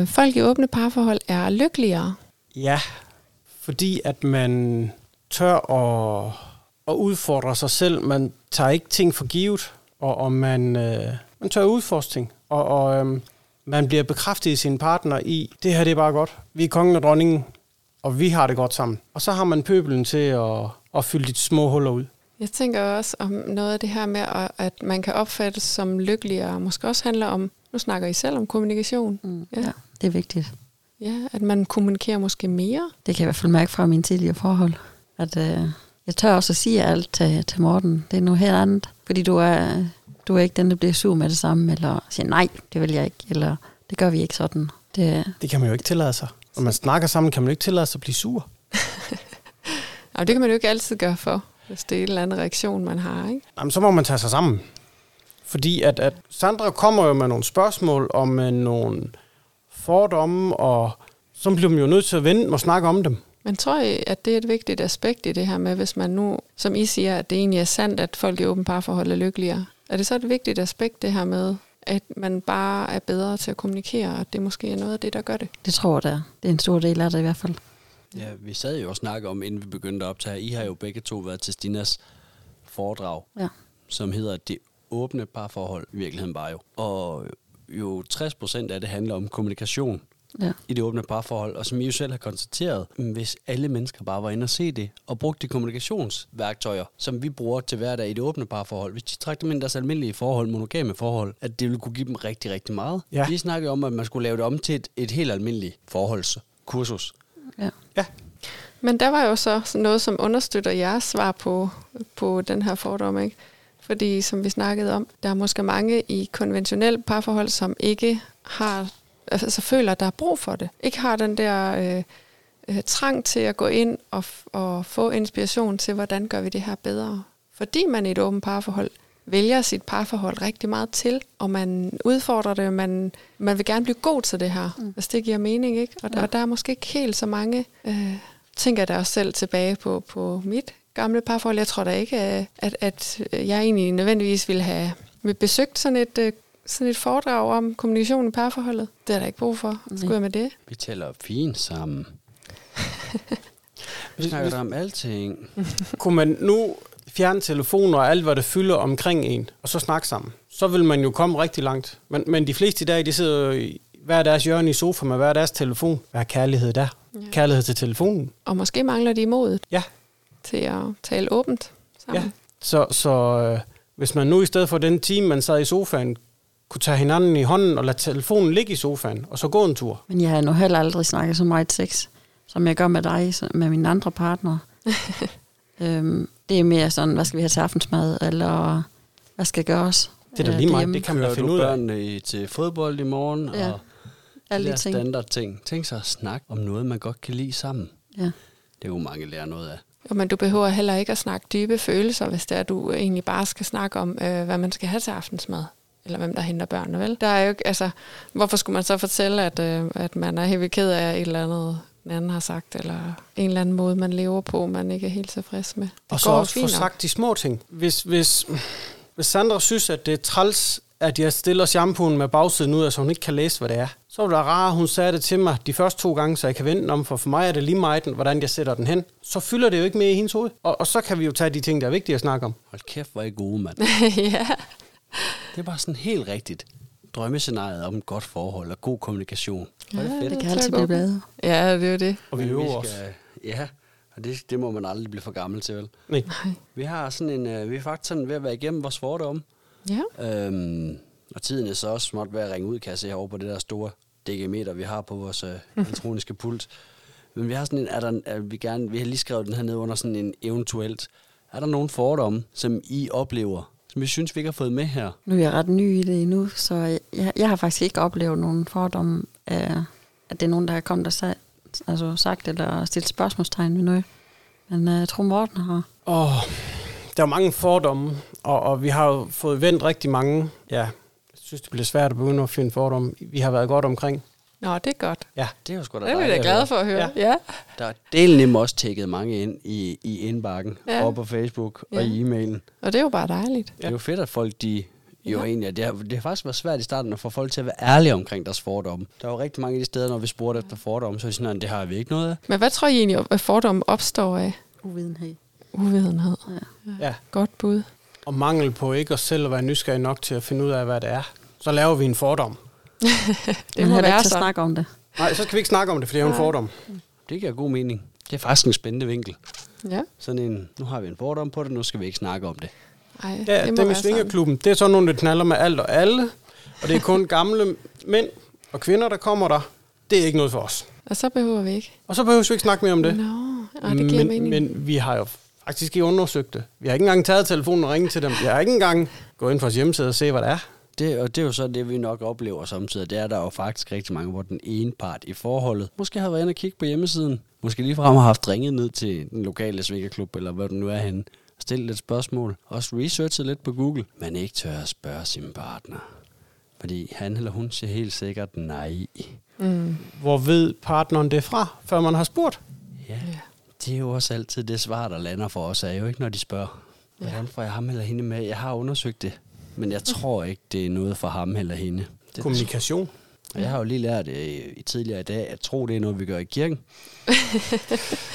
Øh, folk i åbne parforhold er lykkeligere. Ja, fordi at man tør at, at udfordre sig selv. Man tager ikke ting for givet, og, og man, øh, man tør at udforske ting. Og, og øhm, man bliver bekræftet i sin partner i, det her det er bare godt. Vi er kongen og dronningen, og vi har det godt sammen. Og så har man pøbelen til at, at fylde de små huller ud. Jeg tænker også om noget af det her med, at- at man kan opfattes som lykkeligere, måske også handler om, nu snakker I selv om kommunikation, Mm, Ja. ja. ja. Det er vigtigt. ja, at man kommunikerer måske mere. Det kan jeg i hvert fald mærke fra mine tidligere forhold, at øh, jeg tør også at sige alt til, til Morten. Det er noget helt andet, fordi du er, du er ikke den, der bliver sur med det samme, eller siger, nej, det vil jeg ikke, eller det gør vi ikke sådan. Det, Det kan man jo ikke tillade sig. Når man snakker sammen, kan man jo ikke tillade sig at blive sur. Og det kan man jo ikke altid gøre for, hvis det er en eller anden reaktion, man har, ikke? Jamen, så må man tage sig sammen. Fordi at, at Sandra kommer jo med nogle spørgsmål og med nogle fordomme, og så bliver man jo nødt til at vente og snakke om dem. Men tror I, at det er et vigtigt aspekt i det her med, hvis man nu, som I siger, at det egentlig er sandt, at folk i åbent parforhold er lykkeligere? Er det så et vigtigt aspekt det her med, at man bare er bedre til at kommunikere, og det måske er noget af det, der gør det? det tror jeg, det er. Det er en stor del af det i hvert fald. Ja, vi sad jo og snakkede om, inden vi begyndte at optage, I har jo begge to været til Stinas foredrag, Ja. som hedder Det åbne parforhold, i virkeligheden bare jo. Og jo 60% af det handler om kommunikation Ja. i det åbne parforhold, og som I jo selv har konstateret, mm, hvis alle mennesker bare var inde og se det, og brugte de kommunikationsværktøjer, som vi bruger til hverdag i det åbne parforhold, hvis de trak dem ind i deres almindelige forhold, monogame forhold, at det ville kunne give dem rigtig, rigtig meget. Ja. Vi snakkede om, at man skulle lave det om til et, et helt almindeligt forholdskursus. Ja. Ja, Men der var jo så noget, som understøtter jeres svar på, på den her fordom, ikke? Fordi, som vi snakkede om, der er måske mange i konventionelle parforhold, altså som ikke har, altså føler, at der er brug for det. Ikke har den der øh, øh, trang til at gå ind og, f- og få inspiration til, hvordan gør vi det her bedre. Fordi man i et åbent parforhold vælger sit parforhold rigtig meget til, og man udfordrer det, og man, man vil gerne blive god til det her, mm. hvis det giver mening. ikke? Og, ja. og der er måske ikke helt så mange, øh, tænker jeg da også selv tilbage på, på mit gamle parforhold. Jeg tror da ikke, at, at, at jeg egentlig nødvendigvis ville have ville besøgt sådan et, øh, sådan et foredrag om kommunikation i parforholdet. Det er der ikke brug for. Skulle jeg med det? Vi taler fint sammen. Vi Hvis- snakker om alting. Kunne man nu fjerne telefoner og alt, hvad der fylder omkring en, og så snakke sammen, så vil man jo komme rigtig langt. Men, men de fleste i dag, de sidder jo i hver deres hjørne i sofa med hver deres telefon. Hvad er kærlighed der? Ja. Kærlighed til telefonen? Og måske mangler de modet Ja. til at tale åbent sammen. Ja. Så, så øh, hvis man nu i stedet for den time, man sad i sofaen, kunne tage hinanden i hånden og lade telefonen ligge i sofaen, og så gå en tur. Men jeg har nu heller aldrig snakket så meget sex, som jeg gør med dig, så- med mine andre partnere. øhm, det er mere sådan, hvad skal vi have til aftensmad, eller hvad skal gøres? Det er da øh, lige meget, derhjemme? det kan man da Kører finde du ud af. børnene i- til fodbold i morgen? Ja, og Alle de der ting. standard ting. Tænk sig at snakke om noget, man godt kan lide sammen. Ja. Det er jo mange lærer noget af. Jo, men du behøver heller ikke at snakke dybe følelser, hvis det er, du egentlig bare skal snakke om, øh, hvad man skal have til aftensmad eller hvem der henter børnene, vel? Der er jo ikke, altså, hvorfor skulle man så fortælle, at, øh, at man er helt vildt ked af et eller andet, den anden har sagt, eller en eller anden måde, man lever på, man ikke er helt tilfreds med. Det Og så går jo også få fint nok. sagt de små ting. Hvis, hvis, hvis Sandra synes, at det er træls, at jeg stiller shampooen med bagsiden ud, så hun ikke kan læse, hvad det er, så ville det være rart, at hun sagde det til mig de første to gange, så jeg kan vente den om, for for mig er det lige meget, den, hvordan jeg sætter den hen. Så fylder det jo ikke mere i hendes hoved. Og, og så kan vi jo tage de ting, der er vigtige at snakke om. Hold kæft, hvor er I gode, mand. ja, Det er bare sådan helt rigtigt. Drømmescenariet om et godt forhold og god kommunikation. Hvor er det fedt. Det det kan er altid så blive godt. bedre. ja, det er jo det. Og vi Men øver os. skal- Ja, og det, det må man aldrig blive for gammel til, vel? Nej. Vi har sådan en, øh, vi er faktisk sådan ved at være igennem vores fordomme. Ja, Øhm, og tiden er så også småt ved at ringe ud, kan jeg se herovre på det der store decimeter, vi har på vores øh, elektroniske pult. Men vi har sådan en, er der, er vi, gerne, vi har lige skrevet den her ned under sådan en eventuelt. Er der nogle fordomme, som I oplever, som vi synes, vi ikke har fået med her? Nu er jeg ret ny i det endnu, så jeg, jeg har faktisk ikke oplevet nogen fordomme af, at det er nogen, der er kommet og sag, altså sagt eller stillet spørgsmålstegn ved noget. Men øh, jeg tror, Morten har. Åh, der er mange fordomme, og, og vi har jo fået vendt rigtig mange. Ja, jeg synes, det bliver svært at begynde at finde fordomme. Vi har været godt omkring. nå, det er godt. Ja, Det er jo sgu da Det er vi dejligt da at glade høre. for at høre. Ja. Ja. Der er delen nemt også tækket mange ind i, i indbakken, ja. Ja. og på Facebook ja. Ja. og i e-mailen. Og det er jo bare dejligt. Det er jo fedt, at folk de jo Ja. egentlig, det har, det har faktisk været svært i starten at få folk til at være ærlige omkring deres fordomme. Der var rigtig mange af de steder, når vi spurgte efter fordomme, så er de sådan, "Nå, det har vi ikke noget af. Men hvad tror I egentlig, at fordomme opstår af Uvidenhed. uvidenhed? ja. Godt bud. og mangel på ikke os selv at være nysgerrige nok til at finde ud af, hvad det er, så laver vi en fordom. Det må heller være ikke til at sådan. snakke om det. Nej, så skal vi ikke snakke om det, for det er jo en fordom. Det giver god mening. Det er faktisk en spændende vinkel. Ja. Sådan en, nu har vi en fordom på det, nu skal vi ikke snakke om det. Ej, Ja, det det må dem i være sådan. svingerklubben, det er sådan nogle, der knaller med alt og alle, og det er kun gamle mænd og kvinder, der kommer der. Det er ikke noget for os. Og så behøver vi ikke. Og så behøver vi ikke snakke mere om det. Nå, ej, Ah, det giver men, mening. men vi har jo faktisk ikke undersøgt det. Vi har ikke engang taget telefonen og ringet til dem. Vi har ikke engang gået ind på vores hjemmeside og se, hvad der er. det. Og det er jo så det, vi nok oplever samtidig. Det er der jo faktisk rigtig mange, hvor den ene part i forholdet måske har været inde og kigge på hjemmesiden. Måske ligefrem har haft ringet ned til den lokale svingerklub, eller hvor den nu er henne. Stillet lidt spørgsmål. Også researchet lidt på Google. Man ikke tør at spørge sin partner. Fordi han eller hun siger helt sikkert nej. Mm. Hvor ved partneren det fra, før man har spurgt? Ja, Ja. det er jo også altid det svar, der lander for os, er jo ikke, når de spørger, hvordan får jeg ham eller hende med? Jeg har undersøgt det, men jeg tror ikke, det er noget for ham eller hende. Det, Kommunikation. og jeg har jo lige lært øh, i tidligere i dag, at tro, det er noget, vi gør i kirken.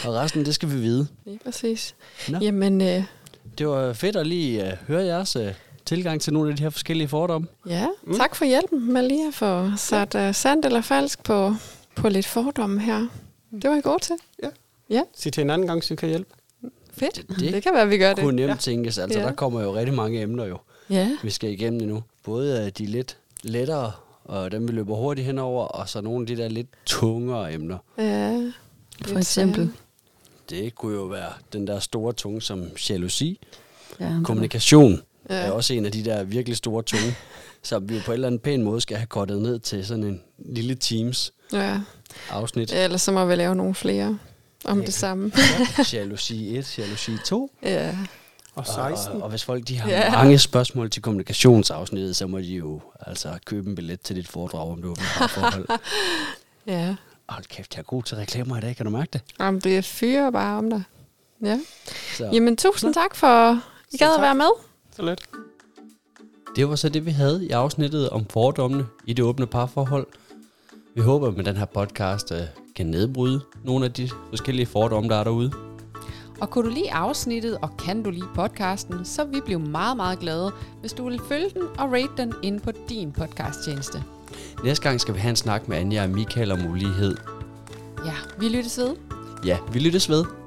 og resten, det skal vi vide. Lige præcis. Nå. Nå. Jamen, øh, Det var fedt at lige øh, høre jeres øh, tilgang til nogle af de her forskellige fordomme. ja, mm. tak for hjælpen med lige at få sat øh, sandt eller falsk på, på lidt fordomme her. Det var I gode til. Ja. Ja, Sig til en anden gang, så vi kan hjælpe. fedt. Det- det Det kan være, vi gør Det kunne det. nemt tænkes, altså Ja. der kommer jo rigtig mange emner jo. Ja, vi skal igennem endnu. Både øh, de lidt lettere, og dem vi løber hurtigt henover, og så nogle af de der lidt tungere emner. ja. For eksempel. Det kunne jo være den der store tunge som jalousi. Ja, Mhm. Kommunikation øh, Ja. er også en af de der virkelig store tunge, som vi jo på en eller anden pæn måde skal have kortet ned til sådan en lille Teams Ja. afsnit. Ellers så må vi lave nogle flere om det samme. Jalousi 1, jalousi 2. ja. Og Og, 16. og, og hvis folk de har Ja. yeah. mange spørgsmål til kommunikationsafsnittet, så må de jo altså købe en billet til dit foredrag, om du har forhold. Ja. Hold kæft, jeg er god til reklamer i dag, kan du mærke det? Jamen, det fyrer bare om dig. Ja. Så Jamen, tusind tak for, I gad at være med. Så lidt. det var så det, vi havde i afsnittet om fordommene i det åbne parforhold. Vi håber, at med den her podcast øh, kan nedbryde nogle af de forskellige fordomme, der er derude. Og kunne du lide afsnittet, og kan du lide podcasten, så vil vi blive meget, meget glade, hvis du vil følge den og rate den inde på din podcasttjeneste. Næste gang skal vi have en snak med Anja og Michael om ulighed. Ja, vi lyttes ved. Ja, vi lyttes ved.